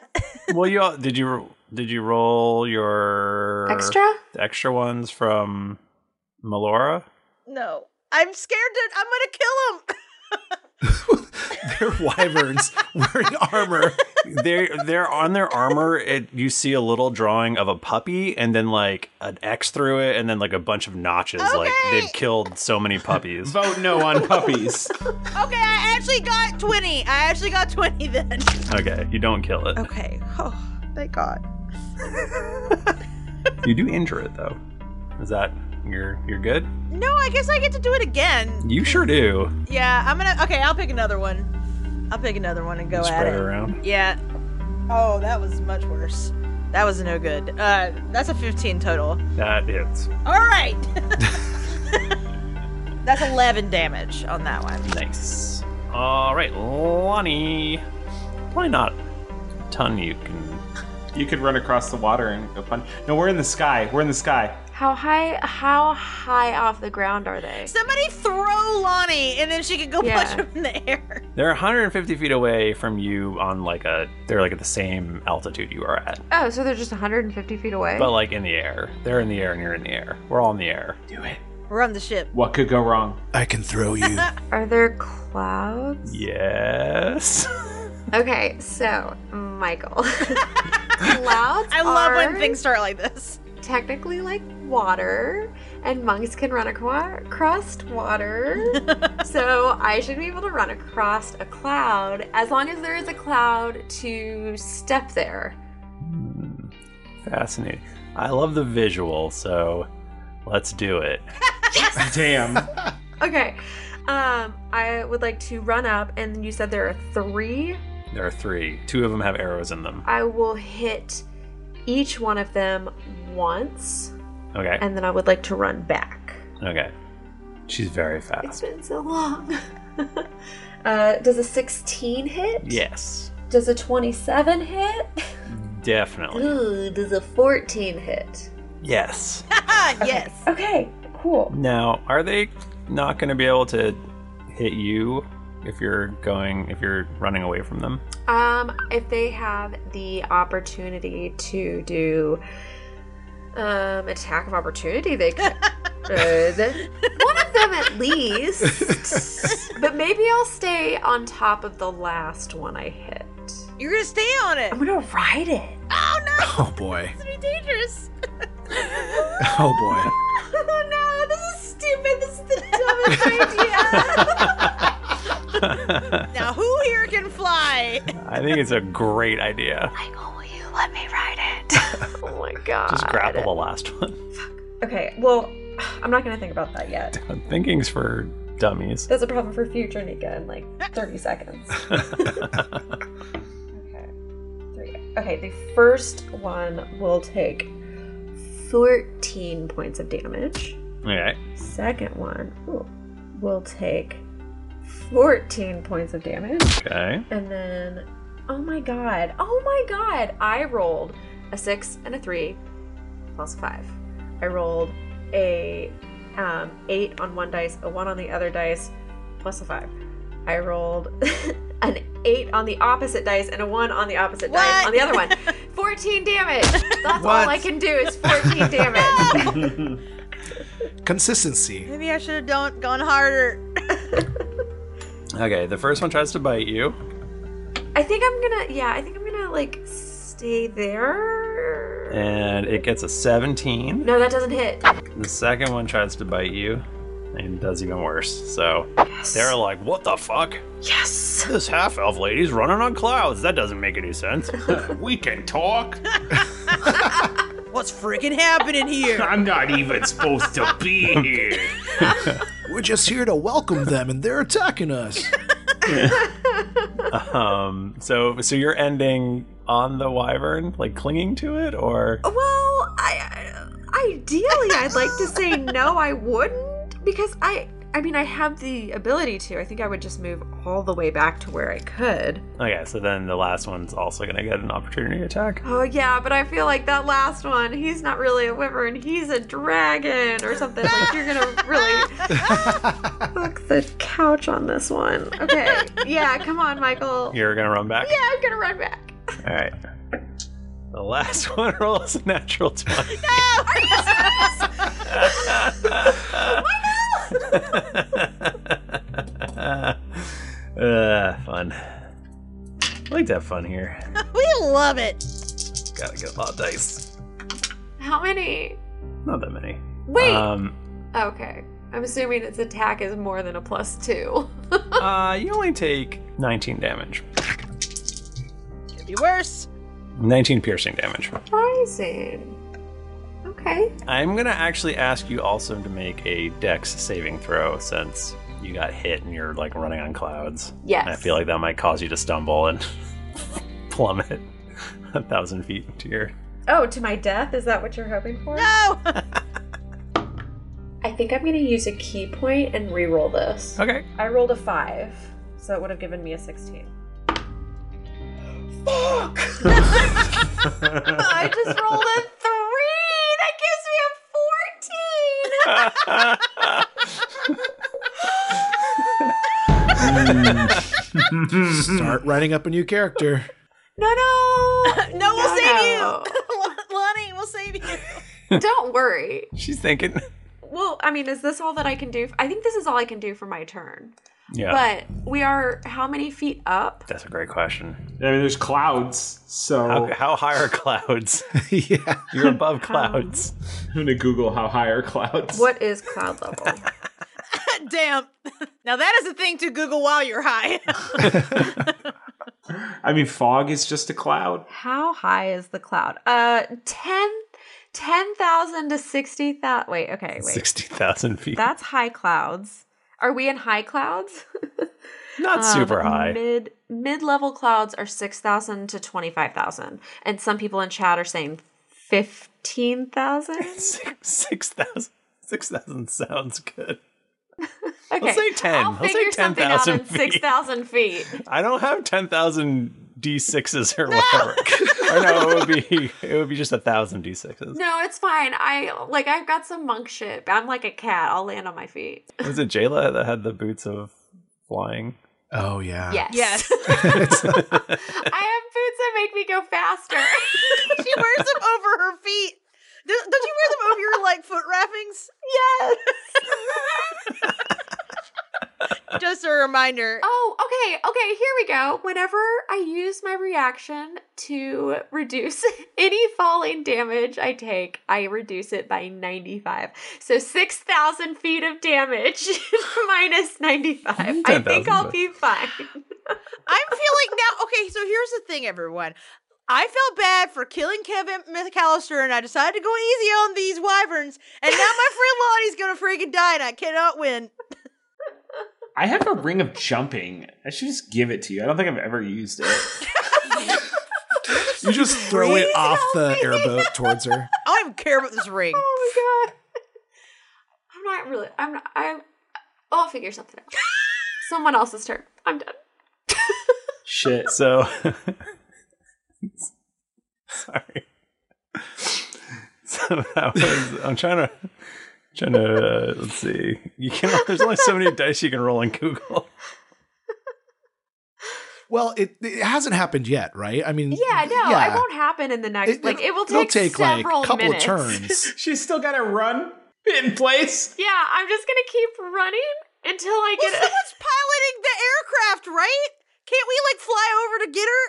[SPEAKER 1] well, you all- did you did you roll your
[SPEAKER 3] Extra?
[SPEAKER 1] the extra ones from Melora?
[SPEAKER 3] no, I'm scared to. I'm gonna kill them.
[SPEAKER 5] They're wyverns wearing armor.
[SPEAKER 1] they're they're on their armor. It you see a little drawing of a puppy, and then like an X through it, and then like a bunch of notches. Like they've killed so many puppies.
[SPEAKER 2] Vote no on puppies.
[SPEAKER 3] Okay, I actually got twenty. I actually got twenty then.
[SPEAKER 1] okay, you don't kill it.
[SPEAKER 3] Okay. Oh, thank God.
[SPEAKER 1] You do injure it though. Is that you're you're good?
[SPEAKER 3] No, I guess I get to do it again.
[SPEAKER 1] You sure do.
[SPEAKER 3] Yeah, I'm gonna. Okay, I'll pick another one. I'll pick another one and go
[SPEAKER 2] Spread
[SPEAKER 3] at it.
[SPEAKER 2] it around.
[SPEAKER 3] Yeah. Oh, that was much worse. That was no good. Uh, that's a 15 total.
[SPEAKER 1] That hits.
[SPEAKER 3] All right. that's 11 damage on that one.
[SPEAKER 1] Nice. All right, Lonnie. Why not? Ton, you can.
[SPEAKER 2] You could run across the water and go punch. No, we're in the sky. We're in the sky.
[SPEAKER 4] How high? How high off the ground are they?
[SPEAKER 3] Somebody throw Lonnie, and then she can go punch him in the air.
[SPEAKER 1] They're 150 feet away from you on like a. They're like at the same altitude you are at,
[SPEAKER 4] Oh, so they're just 150 feet away.
[SPEAKER 1] but like in the air. They're in the air and you're in the air. We're all in the air. Do it.
[SPEAKER 3] We're on the ship.
[SPEAKER 2] What could go wrong?
[SPEAKER 5] I can
[SPEAKER 1] Oh,
[SPEAKER 5] throw you.
[SPEAKER 4] are there clouds?
[SPEAKER 1] Yes.
[SPEAKER 4] Okay, so Michael, clouds.
[SPEAKER 3] I love when
[SPEAKER 4] are
[SPEAKER 3] things start like this.
[SPEAKER 4] Technically, like water, and monks can run acro- across water. so I should be able to run across a cloud as long as there is a cloud to step there.
[SPEAKER 1] Fascinating. I love the visual, so let's do it.
[SPEAKER 2] Damn.
[SPEAKER 4] Okay, um, I would like to run up, and you said there are three
[SPEAKER 1] There are three. Two of them have arrows in them.
[SPEAKER 4] I will hit each one of them once,
[SPEAKER 1] Okay.
[SPEAKER 4] and then I would like to run back.
[SPEAKER 1] Okay. She's very fast.
[SPEAKER 4] It's been so long. uh, does a 16 hit?
[SPEAKER 1] Yes,
[SPEAKER 4] Does a 27 hit?
[SPEAKER 1] definitely.
[SPEAKER 4] Ooh, does a 14 hit?
[SPEAKER 1] Yes.
[SPEAKER 3] yes.
[SPEAKER 4] Okay, cool.
[SPEAKER 1] Now, are they not going to be able to hit you if you're going if you're running away from them?
[SPEAKER 4] Um, if they have the opportunity to do um attack of opportunity, they could. uh, the- one of them at least. but maybe I'll stay on top of the last one I hit.
[SPEAKER 3] You're gonna stay on it. I'm
[SPEAKER 4] gonna ride it.
[SPEAKER 5] Oh boy.
[SPEAKER 3] It's gonna be dangerous.
[SPEAKER 5] Oh boy.
[SPEAKER 3] oh no, this is stupid. This is the dumbest idea. now, who here can fly?
[SPEAKER 1] I think it's a great idea.
[SPEAKER 4] You let me ride it. oh my god.
[SPEAKER 1] Just grapple the last one.
[SPEAKER 4] Okay, well, I'm not gonna think about that yet.
[SPEAKER 1] Thinking's for dummies.
[SPEAKER 4] That's a problem for future Nika in like 30 seconds. okay. Three. Okay, the first one will take 14 points of damage.
[SPEAKER 1] Okay.
[SPEAKER 4] Second one ooh, will take 14 points of damage.
[SPEAKER 1] Okay.
[SPEAKER 4] And then, oh my god, oh my god, I rolled a six and a three plus a five. I rolled a um, eight on one dice, a one on the other dice, plus a five. I rolled an eight on the opposite dice and a one on the opposite dice on the other one. 14 damage! That's all
[SPEAKER 5] What?
[SPEAKER 4] I can do is 14 damage.
[SPEAKER 5] Consistency.
[SPEAKER 3] Maybe I should have don't gone harder.
[SPEAKER 1] Okay, the first one tries to bite you.
[SPEAKER 4] I think I'm gonna, yeah, I think I'm gonna like stay there.
[SPEAKER 1] And it gets a 17.
[SPEAKER 4] No, that doesn't hit.
[SPEAKER 1] The second one tries to bite you and does even worse. So they're like, what the fuck?
[SPEAKER 4] Yes!
[SPEAKER 1] This half elf lady's running on clouds. That doesn't make any sense. we can talk.
[SPEAKER 3] What's freaking happening here?
[SPEAKER 2] I'm not even supposed to be here.
[SPEAKER 5] We're just here to welcome them and they're attacking us.
[SPEAKER 1] um so so you're ending on the wyvern like clinging to it or
[SPEAKER 4] Well, I, ideally, I'd like to say no, I wouldn't, because I, I mean, I have the ability to. I think I would just move all the way back to where I could.
[SPEAKER 3] Oh.
[SPEAKER 1] okay so then the last one's also gonna get an opportunity attack
[SPEAKER 4] Oh yeah, but I feel like that last one, he's not really a wyvern, he's a dragon or something. Like you're gonna really fuck the couch on this one. Okay. Yeah, come on, Michael.
[SPEAKER 1] you're gonna run back
[SPEAKER 4] Yeah, I'm gonna run back.
[SPEAKER 1] all right the last one rolls a natural 20 uh, fun I like to have fun here
[SPEAKER 3] we love it.
[SPEAKER 1] gotta get a lot of dice
[SPEAKER 4] How many?
[SPEAKER 1] not that many
[SPEAKER 4] Wait.
[SPEAKER 1] um
[SPEAKER 4] Okay. I'm assuming its attack is more than a plus two.
[SPEAKER 1] uh you only take 19 damage
[SPEAKER 3] Could be worse.
[SPEAKER 1] 19 piercing damage
[SPEAKER 4] Amazing. Okay.
[SPEAKER 1] I'm gonna actually ask you also to make a dex saving throw since you got hit and you're like running on clouds.
[SPEAKER 4] Yes.
[SPEAKER 1] I feel like that might cause you to stumble and plummet a thousand feet into your.
[SPEAKER 4] Oh, to my death? Is that what you're hoping for? No! I think I'm going to use a key point and re-roll this.
[SPEAKER 1] Okay.
[SPEAKER 4] I rolled a 5, so it would have given me a 16. Fuck! I just rolled a 3! That gives me a 14!
[SPEAKER 5] Start writing up a new character.
[SPEAKER 4] No, no,
[SPEAKER 3] no,
[SPEAKER 4] No,
[SPEAKER 3] we'll save
[SPEAKER 4] no.
[SPEAKER 3] you, Lonnie. We'll save you.
[SPEAKER 4] Don't worry.
[SPEAKER 1] She's thinking.
[SPEAKER 4] Well, I mean, is this all that I can do? I think this is all I can do for my turn.
[SPEAKER 1] Yeah.
[SPEAKER 4] But we are how many feet up?
[SPEAKER 1] That's a great question.
[SPEAKER 2] I mean, there's clouds, so
[SPEAKER 1] how, how high are clouds?
[SPEAKER 5] yeah,
[SPEAKER 1] you're above clouds.
[SPEAKER 2] I'm gonna Google how high are clouds.
[SPEAKER 4] What is cloud level?
[SPEAKER 3] Damn. Now that is a thing to Google while you're high.
[SPEAKER 2] I mean, fog is just a cloud.
[SPEAKER 4] How high is the cloud? Uh, 10 10,000 to 60,000. Wait, okay, wait.
[SPEAKER 1] Sixty thousand feet.
[SPEAKER 4] That's high clouds. Are we in high clouds? Um,
[SPEAKER 1] Not super high.
[SPEAKER 4] Mid mid level clouds are six thousand to twenty five thousand, and some people in chat are saying fifteen thousand.
[SPEAKER 1] Six thousand. Six thousand sounds good.
[SPEAKER 4] Okay,
[SPEAKER 1] Let's say 10.
[SPEAKER 4] I'll
[SPEAKER 1] Let's say
[SPEAKER 4] figure something out
[SPEAKER 1] 10,000
[SPEAKER 4] in six thousand feet.
[SPEAKER 1] I don't have ten thousand d sixes or whatever. or no, it would be it would be just a thousand d sixes.
[SPEAKER 4] No, it's fine. I like I've got some monk shit. I'm like a cat. I'll land on my feet.
[SPEAKER 1] Was it Jayla that had the boots of flying?
[SPEAKER 5] Oh yeah.
[SPEAKER 4] Yes. Yes. I have boots that make me go faster.
[SPEAKER 3] she wears them over her feet. Don't don't you wear them over your like foot wrappings?
[SPEAKER 4] Yes.
[SPEAKER 3] Just a reminder.
[SPEAKER 4] Oh, okay, okay, here we go. Whenever I use my reaction to reduce any falling damage I take, I reduce it by 95. So 6,000 feet of damage minus 95. I
[SPEAKER 3] 10,000,
[SPEAKER 4] think I'll
[SPEAKER 3] but-
[SPEAKER 4] be fine.
[SPEAKER 3] I'm feeling now. Okay, so here's the thing, everyone. I felt bad for killing Kevin McAllister, and I decided to go easy on these wyverns. And now my friend Lonnie's gonna freaking die, and I cannot win.
[SPEAKER 2] I have a ring of jumping. I should just give it to you. I don't think I've ever used it.
[SPEAKER 5] You just throw it off the airboat towards her.
[SPEAKER 3] I don't even care about this ring.
[SPEAKER 4] Oh my god. I'm not really, I'm not, I, I'll figure something out. Someone else's turn. I'm done.
[SPEAKER 2] Shit.
[SPEAKER 1] So sorry. So that was. I'm trying to. Trying to. Uh, let's see. You can. There's only so many dice you can roll in Google.
[SPEAKER 5] Well, it, it hasn't happened yet, right? I mean,
[SPEAKER 4] Yeah, no, it won't happen in the next, like, it will
[SPEAKER 5] it'll
[SPEAKER 4] take,
[SPEAKER 5] take, like,
[SPEAKER 4] several
[SPEAKER 5] couple of
[SPEAKER 4] minutes.
[SPEAKER 5] turns.
[SPEAKER 2] She's still got to run in place.
[SPEAKER 4] Yeah, I'm just gonna keep running until I
[SPEAKER 3] Well,
[SPEAKER 4] get it.
[SPEAKER 3] someone's piloting the aircraft, right? Can't we like fly over to get her?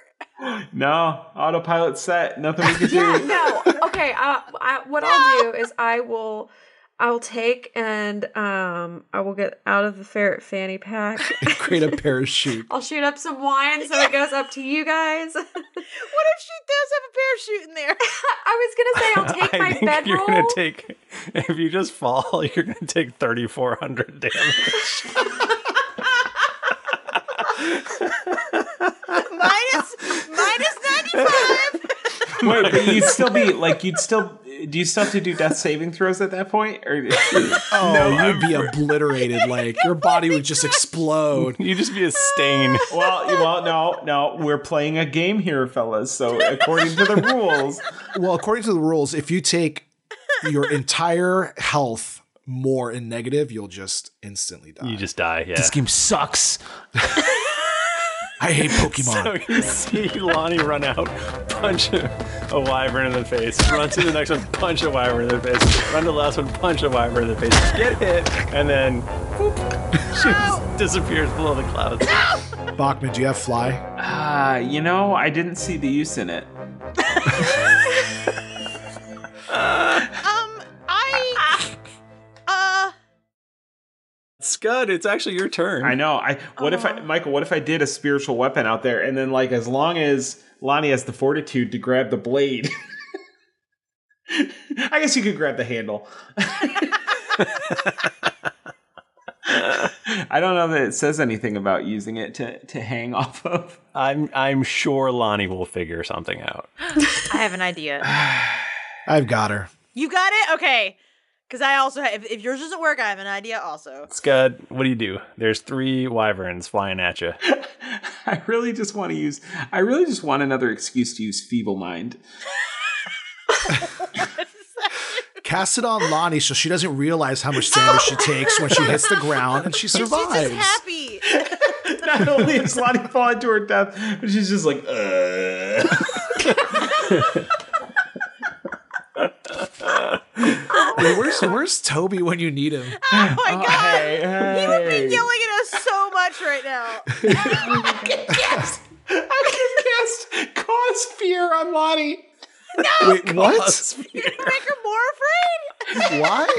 [SPEAKER 2] No, autopilot set. Nothing we can
[SPEAKER 4] yeah,
[SPEAKER 2] do.
[SPEAKER 4] no. Okay, uh, I, what I'll do is I will, I will take and um, I will get out of the ferret fanny pack.
[SPEAKER 5] create a parachute.
[SPEAKER 4] I'll shoot up some wine so it goes up to you guys. what
[SPEAKER 3] if she does have a parachute in there?
[SPEAKER 4] I was gonna say I'll take
[SPEAKER 1] I
[SPEAKER 4] my
[SPEAKER 1] think you're
[SPEAKER 4] bedroll.
[SPEAKER 1] gonna take. If you just fall, you're gonna take 3,400 damage.
[SPEAKER 3] minus minus ninety five.
[SPEAKER 2] Wait, but you'd still be like, you'd still. Do you still have to do death saving throws at that point? Or
[SPEAKER 5] Oh, you'd be obliterated. Like your body would just explode.
[SPEAKER 1] You'd just be a stain.
[SPEAKER 2] well, you- well, no, no. We're playing a game here, fellas. So according to the rules,
[SPEAKER 5] Well, according to the rules, if you take your entire health more in negative, you'll just instantly die.
[SPEAKER 1] You just die. Yeah.
[SPEAKER 5] This game sucks. I hate Pokemon.
[SPEAKER 1] So you see Lonnie run out, punch a, a wyvern in the face, run to the next one, punch a wyvern in the face, run to the last one, punch a wyvern in the face, get hit, and then boop, she just disappears below the clouds.
[SPEAKER 5] Bachman, do you have fly?
[SPEAKER 2] Ah, you know, I didn't see the use in it.
[SPEAKER 3] Um, I uh
[SPEAKER 1] Scud, it's actually your turn.
[SPEAKER 2] I know. I what if I Michael, what if I did a spiritual weapon out there and then like as long as Lonnie has the fortitude to grab the blade. I guess you could grab the handle. I don't know that it says anything about using it to, to hang off of.
[SPEAKER 1] I'm I'm sure Lonnie will figure something out.
[SPEAKER 3] I have an idea.
[SPEAKER 5] I've got her.
[SPEAKER 3] You got it? Okay. Because I also have, if, if yours doesn't work, I have an idea also.
[SPEAKER 1] Scud, what do you do? There's three wyverns flying at you.
[SPEAKER 2] I really just want to use. I really just want another excuse to use feeble mind.
[SPEAKER 5] Cast it on Lonnie so she doesn't realize how much damage she takes when she hits the ground and she survives.
[SPEAKER 3] Happy.
[SPEAKER 2] Not only is Lonnie falling to her death, but she's just like, uh.
[SPEAKER 5] Wait, where's where's Toby when you need him?
[SPEAKER 3] Oh my god. He would
[SPEAKER 5] hey.
[SPEAKER 3] be yelling at us so much right now. I can guess.
[SPEAKER 2] I can guess. Cause fear on Lonnie.
[SPEAKER 3] No.
[SPEAKER 5] Wait, what?
[SPEAKER 3] You're gonna make her more afraid.
[SPEAKER 5] Why?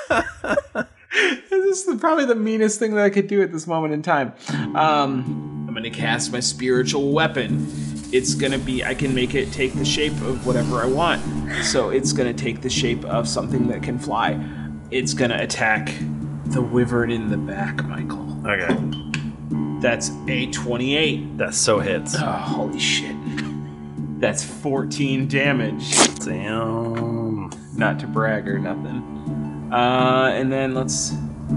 [SPEAKER 2] this is the- probably the meanest thing that I could do at this moment in time. Um, I'm gonna cast my spiritual weapon. It's gonna be I can make it take the shape of whatever I want. So it's gonna take the shape of something that can fly. It's gonna attack the wyvern in the back, Michael.
[SPEAKER 1] Okay.
[SPEAKER 2] That's a 28.
[SPEAKER 1] That so hits.
[SPEAKER 2] Oh, holy shit. That's 14 damage.
[SPEAKER 1] Damn.
[SPEAKER 2] Not to brag or nothing. Uh, and then let's. How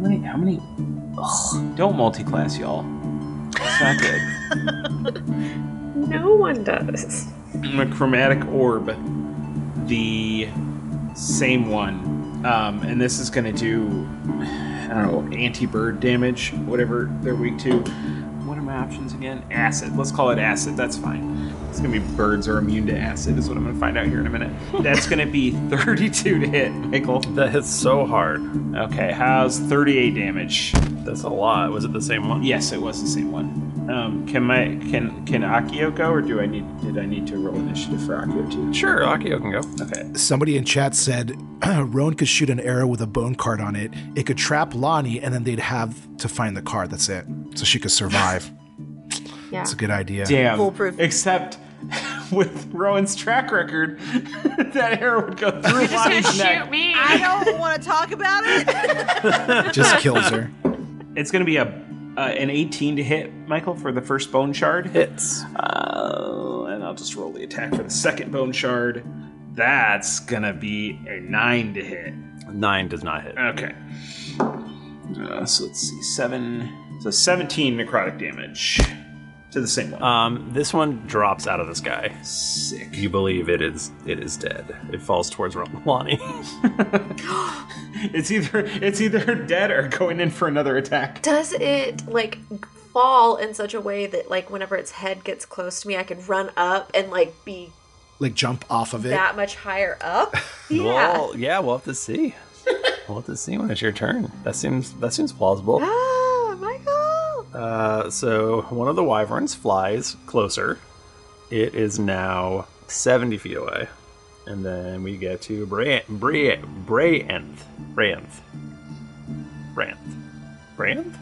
[SPEAKER 2] many? How many? Ugh, don't multi-class, y'all. It's not good.
[SPEAKER 4] No one does.
[SPEAKER 2] I'm a chromatic orb, the same one, um, and this is going to do I don't know anti-bird damage, whatever they're weak to. What are my options again? Acid. Let's call it acid. That's fine. It's going to be birds are immune to acid. Is what I'm going to find out here in a minute. That's going to be 32 to hit, Michael.
[SPEAKER 1] That hits so hard.
[SPEAKER 2] Okay, how's 38 damage?
[SPEAKER 1] That's a lot. Was it the same one?
[SPEAKER 2] Yes, it was the same one. Um, can my can can Akio go, or do I need did I need to roll initiative for Akio too?
[SPEAKER 1] Sure, Akio can go.
[SPEAKER 2] Okay.
[SPEAKER 5] Somebody in chat said Roan could shoot an arrow with a bone card on it. It could trap Lonnie, and then they'd have to find the card. That's it. So she could survive.
[SPEAKER 4] Yeah.
[SPEAKER 5] That's a good idea.
[SPEAKER 2] Damn. Except with Rowan's track record, that arrow would go through
[SPEAKER 3] You're just gonna
[SPEAKER 2] Lonnie's neck.
[SPEAKER 3] shoot me. I don't want to talk about it.
[SPEAKER 5] Just kills her.
[SPEAKER 2] It's going to be a uh, an 18 to hit, Michael, for the first bone shard.
[SPEAKER 1] Hits.
[SPEAKER 2] Uh, and I'll just roll the attack for the second bone shard. That's going to be a 9 to hit.
[SPEAKER 1] Nine does not hit.
[SPEAKER 2] Okay. Uh, so let's see. 7. So 17 necrotic damage to the same one.
[SPEAKER 1] Um, this one drops out of the sky.
[SPEAKER 2] Sick.
[SPEAKER 1] You believe it is it is dead. It falls towards Ron- Lonnie.
[SPEAKER 2] It's either it's either dead or going in for another attack.
[SPEAKER 4] Does it like fall in such a way that like whenever its head gets close to me, I could run up and like be
[SPEAKER 5] Like jump off of it.
[SPEAKER 4] that much higher up?
[SPEAKER 1] Well, yeah, we'll have to see. we'll have to see when it's your turn. That seems that seems plausible.
[SPEAKER 4] Ah, Michael.
[SPEAKER 1] Uh, so one of the wyverns flies closer. It is now 70 feet away. And then we get to Bra- Bra- Brayanth. Brayanth. Branth. Branth?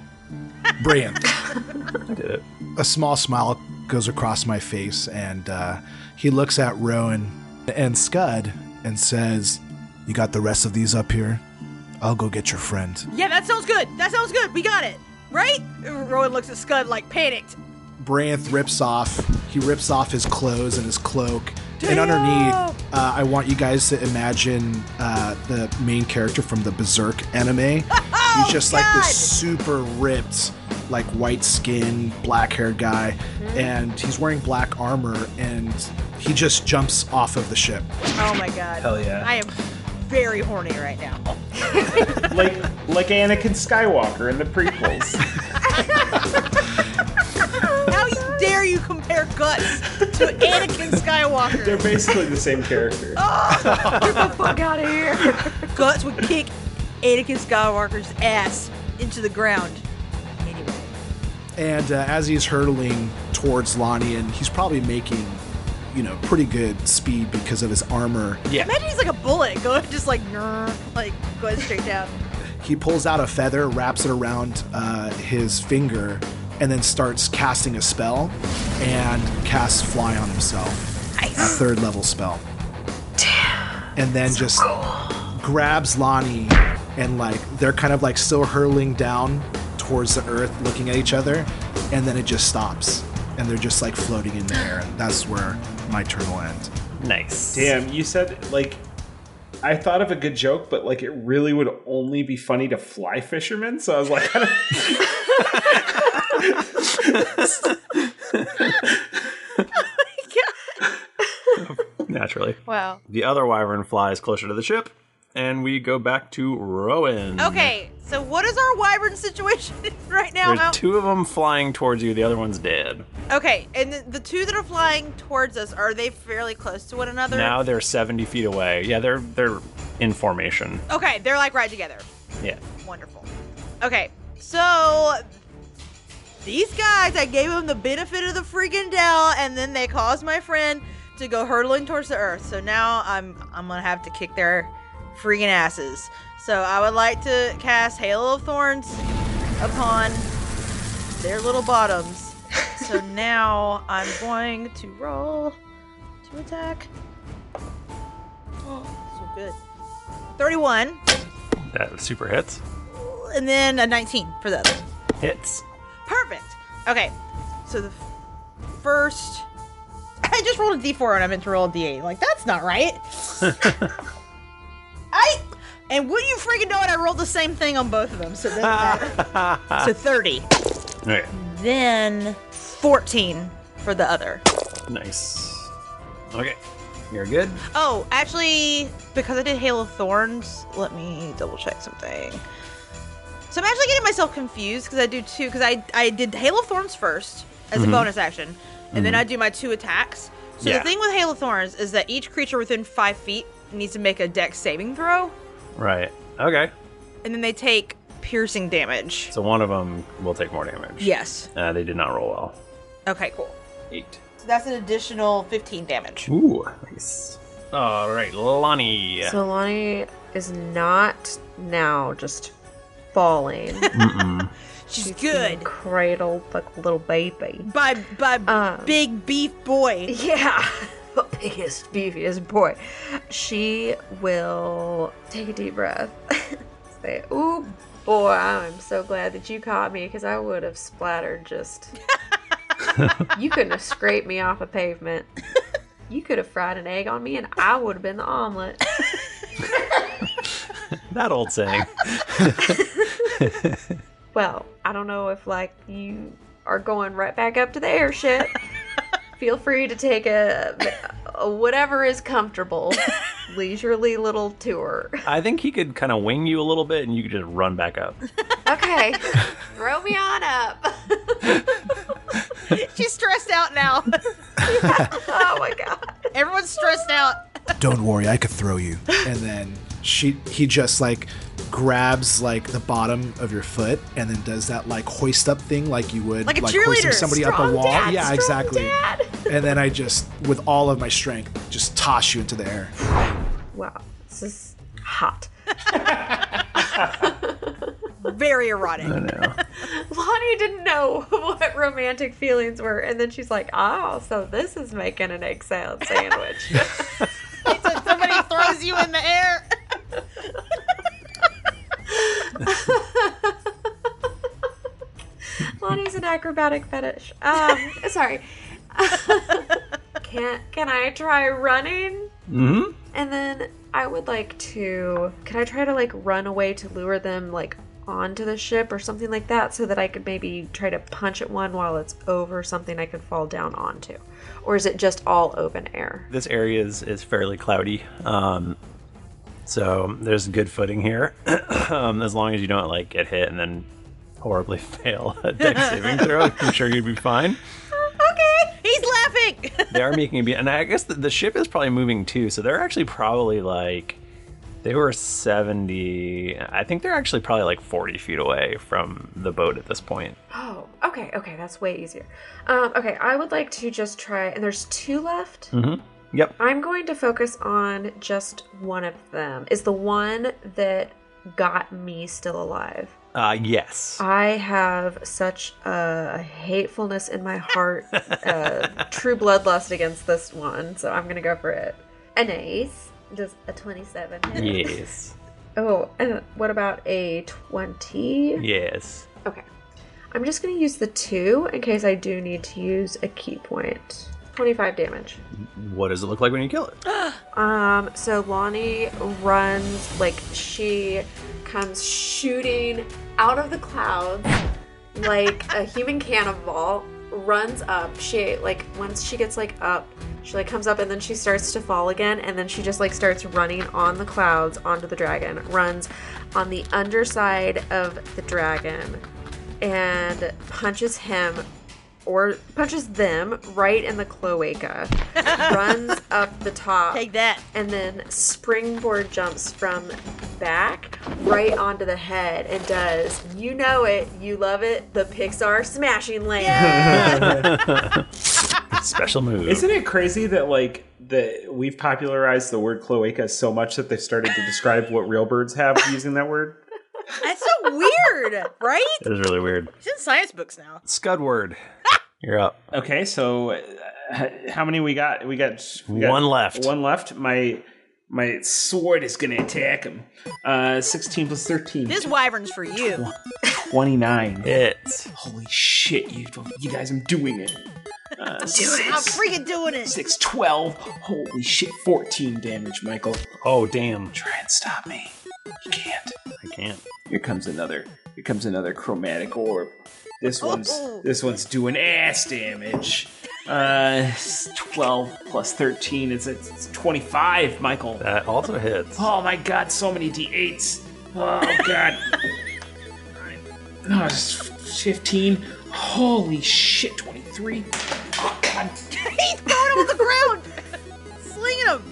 [SPEAKER 5] Brilliant.
[SPEAKER 1] I did it.
[SPEAKER 5] A small smile goes across my face, and uh, he looks at Rowan and Scud and says, You got the rest of these up here? I'll go get your friend.
[SPEAKER 3] yeah, that sounds good. That sounds good. We got it. Right? Rowan looks at Scud like panicked.
[SPEAKER 5] Branth rips off. He rips off his clothes and his cloak. And underneath, uh, I want you guys to imagine uh, the main character from the Berserk anime. He's just like this super ripped, like white skin, black haired guy, and he's wearing black armor, and he just jumps off of the ship.
[SPEAKER 3] Oh my god.
[SPEAKER 5] Hell yeah.
[SPEAKER 3] I am very horny right now.
[SPEAKER 2] Like like Anakin Skywalker in the prequels.
[SPEAKER 3] How you dare you compare guts to Anakin Skywalker?
[SPEAKER 2] They're basically the same character.
[SPEAKER 3] Oh, get the fuck out of here. Guts would kick Anakin Skywalker's ass into the ground.
[SPEAKER 5] And uh, as he's hurtling towards Lonnie, and he's probably making, you know, pretty good speed because of his armor.
[SPEAKER 1] Yeah.
[SPEAKER 3] Imagine he's like a bullet going just like, grrr, like going straight down.
[SPEAKER 5] He pulls out a feather, wraps it around uh, his finger, and then starts casting a spell and casts Fly on himself. A third level spell. and then just grabs Lonnie and like they're kind of like still hurling down towards the earth looking at each other and then it just stops and they're just like floating in the air and that's where my turn will end.
[SPEAKER 1] Nice.
[SPEAKER 2] Damn, you said like I thought of a good joke, but like it really would only be funny to fly fishermen. So I was like,
[SPEAKER 1] Naturally.
[SPEAKER 3] Wow.
[SPEAKER 1] The other wyvern flies closer to the ship, and we go back to Rowan.
[SPEAKER 3] Okay, so what is our wyvern situation right now?
[SPEAKER 1] There's
[SPEAKER 3] How-
[SPEAKER 1] two of them flying towards you. The other one's dead.
[SPEAKER 3] okay, and the, the two that are flying towards us are they fairly close to one another?
[SPEAKER 1] Now they're 70 feet away. Yeah, they're they're in formation.
[SPEAKER 3] Okay, they're like right together.
[SPEAKER 1] Yeah.
[SPEAKER 3] Wonderful. Okay, so these guys, I gave them the benefit of the freaking doubt, and then they caused my friend to go hurtling towards the earth. So now I'm I'm gonna have to kick their freaking asses. So I would like to cast Halo of Thorns upon their little bottoms. so now I'm going to roll to attack. Oh, so good. 31
[SPEAKER 1] That super hits.
[SPEAKER 3] and then a 19 for the other.
[SPEAKER 1] Hits.
[SPEAKER 3] Perfect. Okay. So the f- first. I just rolled a d4 and I meant to roll a d8. Like, that's not right. I. And would you freaking know it? I rolled the same thing on both of them. So, it doesn't matter. so 30.
[SPEAKER 1] Okay.
[SPEAKER 3] Then 14 for the other.
[SPEAKER 1] Nice. Okay. You're good.
[SPEAKER 3] Oh, actually, because I did Hail of Thorns, let me double check something. So I'm actually getting myself confused because I do two. Because I I did Hail of Thorns first as
[SPEAKER 9] Mhm.
[SPEAKER 3] a bonus action, and then
[SPEAKER 9] Mhm.
[SPEAKER 3] I do my two attacks. So
[SPEAKER 1] Yeah.
[SPEAKER 3] the thing with Hail of Thorns is that each creature within five feet needs to make a Dex saving throw,
[SPEAKER 1] Right. Okay.
[SPEAKER 3] and then they take piercing damage.
[SPEAKER 1] So one of them will take more damage.
[SPEAKER 3] Yes.
[SPEAKER 1] Uh, they did not roll well.
[SPEAKER 3] Okay, cool.
[SPEAKER 1] Eight.
[SPEAKER 3] So that's an additional 15 damage.
[SPEAKER 1] Ooh, nice. All right, Lonnie.
[SPEAKER 4] So Lonnie is not now just falling.
[SPEAKER 1] Mm-mm.
[SPEAKER 3] She's,
[SPEAKER 4] good. Cradled like a little baby. Um,
[SPEAKER 3] By by big beef boy.
[SPEAKER 4] Yeah. The biggest, beefiest boy. She will take a deep breath. Say, ooh boy, I'm so glad that you caught me because I would have splattered just You couldn't have scraped me off a pavement. You could have fried an egg on me and I would have been the omelet.
[SPEAKER 1] That old saying.
[SPEAKER 4] Well, I don't know if like you are going right back up to the airship. Feel free to take a, a whatever is comfortable, leisurely little tour.
[SPEAKER 1] I think he could kind of wing you a little bit, and you could just run back up.
[SPEAKER 4] Okay, throw me on up.
[SPEAKER 3] She's stressed out now.
[SPEAKER 4] oh my god.
[SPEAKER 3] Everyone's stressed out.
[SPEAKER 5] Don't worry, I could throw you. And then she he just like grabs like the bottom of your foot and then does that like hoist up thing like you would
[SPEAKER 3] Like a
[SPEAKER 5] hoisting
[SPEAKER 3] cheerleader.
[SPEAKER 5] somebody up a
[SPEAKER 3] Strong
[SPEAKER 5] wall.
[SPEAKER 3] dad,
[SPEAKER 5] yeah,
[SPEAKER 3] strong
[SPEAKER 5] exactly. And then I just with all of my strength just toss you into the air.
[SPEAKER 4] Wow, this is hot.
[SPEAKER 3] Very erotic.
[SPEAKER 4] Lonnie didn't know what romantic feelings were, and then she's like, "Oh, so this is making an egg salad sandwich."
[SPEAKER 3] Somebody throws you in the air.
[SPEAKER 4] Lonnie's an acrobatic fetish. Um, sorry. can can I try running?
[SPEAKER 1] Mm-hmm.
[SPEAKER 4] And then I would like to. Can I try to like run away to lure them like onto the ship or something like that, so that I could maybe try to punch at one while it's over something I could fall down onto, or is it just all open air?
[SPEAKER 1] This area is, is fairly cloudy, um, so there's good footing here, um, as long as you don't like get hit and then horribly fail a deck saving throw. I'm sure you'd be fine.
[SPEAKER 3] okay, he's laughing.
[SPEAKER 1] They are making a beat, and I guess the, the ship is probably moving too. So they're actually probably like they were 70. I think they're actually probably like 40 feet away from the boat at this point.
[SPEAKER 4] Oh, okay, okay, that's way easier. Um, okay, I would like to just try. And there's two left.
[SPEAKER 1] Mm-hmm. Yep.
[SPEAKER 4] I'm going to focus on just one of them. Is the one that got me still alive.
[SPEAKER 1] Uh, yes.
[SPEAKER 4] I have such a hatefulness in my heart, uh, true bloodlust against this one, so I'm gonna go for it. An ace. Does a 27 hit?
[SPEAKER 1] Yes.
[SPEAKER 4] Oh, and what about a 20?
[SPEAKER 1] Yes.
[SPEAKER 4] Okay. I'm just going to use the 2 in case I do need to use a key point. 25 damage.
[SPEAKER 1] What does it look like when you kill it?
[SPEAKER 4] Um, so Lonnie runs like she comes shooting out of the clouds like a human cannonball. Runs up. She like once she gets like up, she like comes up and then she starts to fall again, and then she just like starts running on the clouds onto the dragon. Runs on the underside of the dragon and punches him or punches them right in the cloaca, runs up the top. Take
[SPEAKER 3] that.
[SPEAKER 4] And then springboard jumps from back right onto the head and does, you know it, you love it, the Pixar smashing land.
[SPEAKER 1] Special move.
[SPEAKER 2] Isn't it crazy that like that we've popularized the word cloaca so much that they've started to describe what real birds have using that word?
[SPEAKER 3] That's so weird, right?
[SPEAKER 1] It was really weird.
[SPEAKER 3] It's in science books now.
[SPEAKER 1] Scudward. You're up.
[SPEAKER 2] Okay, so uh, how many we got? We got, we got
[SPEAKER 1] One left.
[SPEAKER 2] One left. My my sword is gonna attack him. Uh, sixteen plus thirteen.
[SPEAKER 3] This wyvern's for you.
[SPEAKER 2] 29.
[SPEAKER 1] It.
[SPEAKER 2] Holy shit, you, you guys, I'm doing it. Uh,
[SPEAKER 3] I'm freaking doing it.
[SPEAKER 2] Six twelve. Holy shit, 14 damage, Michael.
[SPEAKER 1] Oh, damn.
[SPEAKER 2] Try and stop me. You can't.
[SPEAKER 1] I can't.
[SPEAKER 2] Here comes another. Here comes another chromatic orb. This one's
[SPEAKER 1] Oh.
[SPEAKER 2] this one's doing ass damage. Uh, it's 12 plus 13. It's, it's 25, Michael.
[SPEAKER 1] That also hits.
[SPEAKER 2] Oh my god, so many d8s. Oh god. No, Ah, it's 15. Holy shit, 23. Oh god.
[SPEAKER 3] He's throwing him on the ground. Slinging him.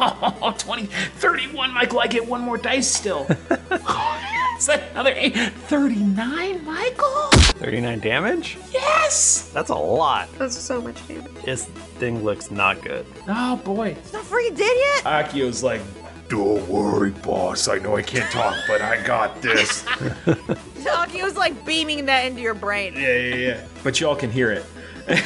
[SPEAKER 2] Oh, 20, 31, Michael. I get one more dice still. Is that another eight? 39, Michael?
[SPEAKER 1] 39 damage?
[SPEAKER 2] Yes!
[SPEAKER 1] That's a lot.
[SPEAKER 4] That's so much damage.
[SPEAKER 1] This thing looks not good.
[SPEAKER 2] Oh boy.
[SPEAKER 3] It's not freaking dead yet.
[SPEAKER 2] Akio's like, Don't worry, boss. I know I can't talk, but I got this.
[SPEAKER 3] Talking was like beaming that into your brain.
[SPEAKER 2] yeah, yeah, yeah. But y'all can hear it.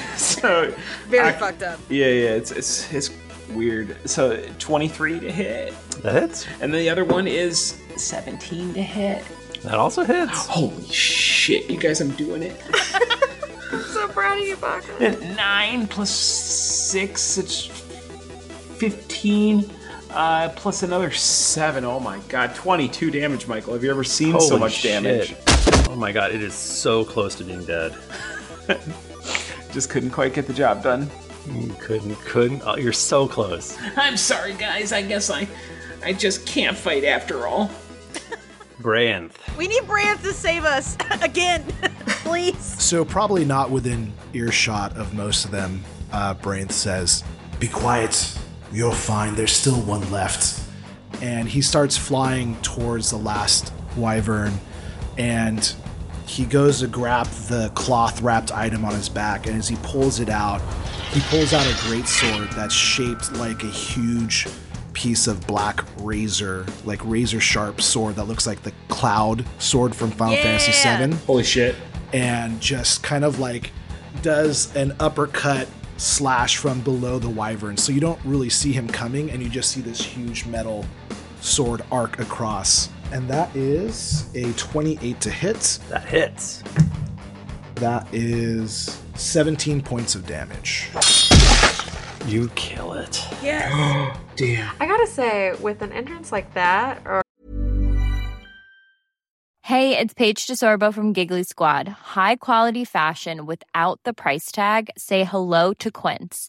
[SPEAKER 2] so
[SPEAKER 3] Very
[SPEAKER 2] I-
[SPEAKER 3] fucked up.
[SPEAKER 2] Yeah, yeah, it's it's it's weird. So twenty three to hit.
[SPEAKER 1] That hits.
[SPEAKER 2] And then the other one is seventeen to hit.
[SPEAKER 1] That also hits.
[SPEAKER 2] Holy shit, you guys, I'm doing it.
[SPEAKER 4] I'm so proud of you, Baka.
[SPEAKER 2] Nine plus six, it's fifteen. Uh, plus another seven. Oh my god, twenty-two damage, Michael. Have you ever seen so
[SPEAKER 1] Holy
[SPEAKER 2] much damage?
[SPEAKER 1] shit. Oh my god, it is so close to being dead.
[SPEAKER 2] Just couldn't quite get the job done.
[SPEAKER 1] Mm, Couldn't, couldn't. Oh, you're so close.
[SPEAKER 2] I'm sorry, guys. I guess I, I just can't fight after all.
[SPEAKER 1] Branth.
[SPEAKER 3] We need Branth to save us again, please.
[SPEAKER 5] So, probably not within earshot of most of them, uh, Brain says, Be quiet. You're fine. There's still one left. And he starts flying towards the last wyvern and he goes to grab the cloth wrapped item on his back. And as he pulls it out, he pulls out a great sword that's shaped like a huge piece of black razor, like razor sharp sword that looks like the cloud sword from Final Fantasy VII.
[SPEAKER 2] Holy shit.
[SPEAKER 5] And just kind of like does an uppercut slash from below the wyvern. So you don't really see him coming, and you just see this huge metal sword arc across. And that is a 28 to hit.
[SPEAKER 1] That hits.
[SPEAKER 5] That is 17 points of damage.
[SPEAKER 1] You kill it.
[SPEAKER 4] Yes.
[SPEAKER 5] Damn.
[SPEAKER 4] I gotta say, with an entrance like that, or
[SPEAKER 10] Hey, it's Paige DeSorbo from Giggly Squad. High quality fashion without the price tag. Say hello to Quince.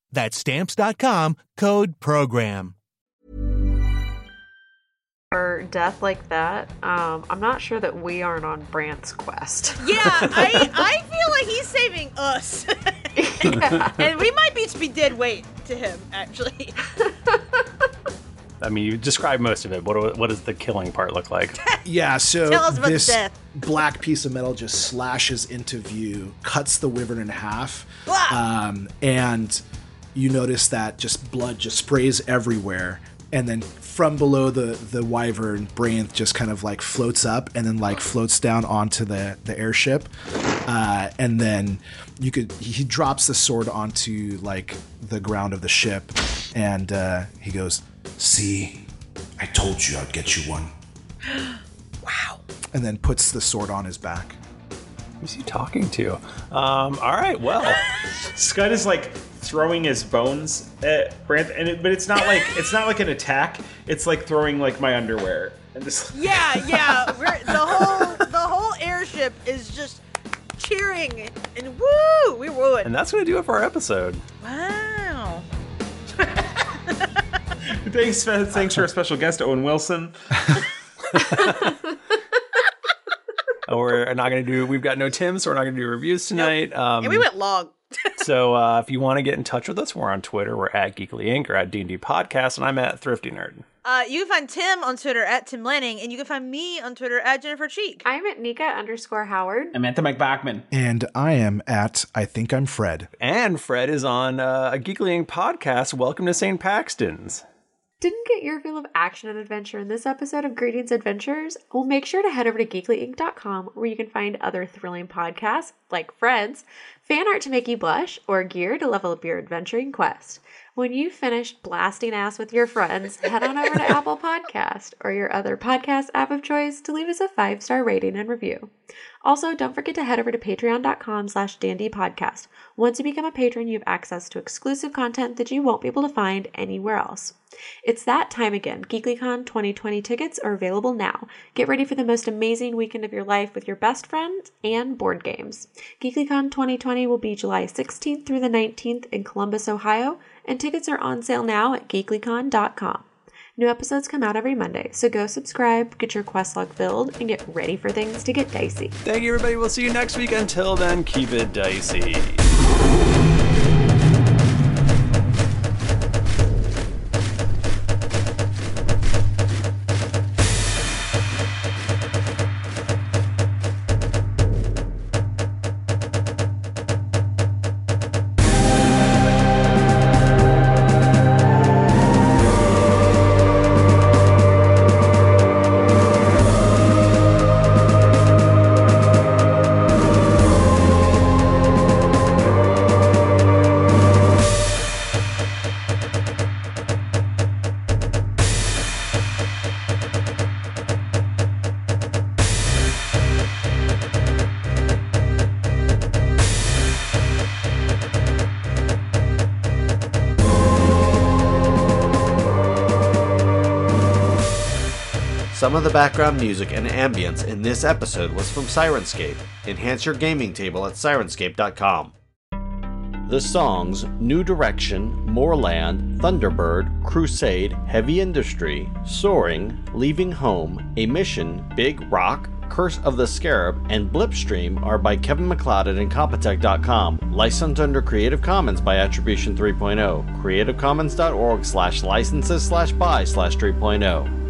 [SPEAKER 11] That's stamps.com code PROGRAM.
[SPEAKER 4] For death like that, um, I'm not sure that we aren't on Brant's quest.
[SPEAKER 3] Yeah, I, I feel like he's saving us. and we might be, be dead weight to him, actually.
[SPEAKER 1] I mean, you described most of it. What, what does the killing part look like?
[SPEAKER 5] Yeah, so
[SPEAKER 3] Tell us about the
[SPEAKER 5] this
[SPEAKER 3] death.
[SPEAKER 5] black piece of metal just slashes into view, cuts the wyvern in half, um, and you notice that just blood just sprays everywhere. And then from below the the wyvern, Brainth just kind of like floats up and then like floats down onto the the airship, uh, and then you could he drops the sword onto like the ground of the ship, and uh, he goes, "See, I told you I'd get you one." and then puts the sword on his back.
[SPEAKER 1] Who's he talking to? Um, all right, well.
[SPEAKER 2] Scud is like throwing his bones at Branth, and it, but it's not like it's not like an attack. It's like throwing like my underwear and just
[SPEAKER 3] Yeah, yeah. We're, the whole the whole airship is just cheering and woo, we woo it.
[SPEAKER 1] And that's going to do it for our episode.
[SPEAKER 3] Wow.
[SPEAKER 2] thanks for, thanks for our special guest Owen Wilson.
[SPEAKER 1] Uh, We're not going to do, we've got no Tim, so we're not going to do reviews tonight. Um,
[SPEAKER 3] and we went long.
[SPEAKER 1] so uh, if you want to get in touch with us, we're on Twitter. We're at Geekly Inc. or at D&D Podcast, and I'm at Thrifty Nerd.
[SPEAKER 3] Uh, you can find Tim on Twitter at Tim Lanning, and you can find me on Twitter at Jennifer Cheek.
[SPEAKER 4] I'm at Nika underscore Howard.
[SPEAKER 2] Samantha McBachman.
[SPEAKER 5] And I am at I think I'm Fred.
[SPEAKER 1] And Fred is on uh, a Geekly Inc. podcast. Welcome to St. Paxton's.
[SPEAKER 4] Didn't get your fill of action and adventure in this episode of Greetings Adventures? Well, make sure to head over to geeklyinc.com where you can find other thrilling podcasts like Fred's, fan art to make you blush, or gear to level up your adventuring quest. When you've finished blasting ass with your friends, head on over to Apple Podcast or your other podcast app of choice to leave us a five-star rating and review. Also, don't forget to head over to patreon.com slash dandypodcast. Once you become a patron, you have access to exclusive content that you won't be able to find anywhere else. It's that time again. GeeklyCon 2020 tickets are available now. Get ready for the most amazing weekend of your life with your best friends and board games. GeeklyCon 2020 will be July 16th through the 19th in Columbus, Ohio, and tickets are on sale now at geeklycon.com. New episodes come out every Monday, so go subscribe, get your quest log filled, and get ready for things to get dicey.
[SPEAKER 1] Thank you, everybody. We'll see you next week. Until then, keep it dicey.
[SPEAKER 12] Some of the background music and ambience in this episode was from Sirenscape. Enhance your gaming table at sirenscape.com. The songs New Direction, Moorland, Thunderbird, Crusade, Heavy Industry, Soaring, Leaving Home, A Mission, Big Rock, Curse of the Scarab, and Blipstream are by Kevin McLeod at Incompetech.com, licensed under Creative Commons by oh. Attribution 3.0, creativecommons.org slash oh. licenses slash by slash 3.0.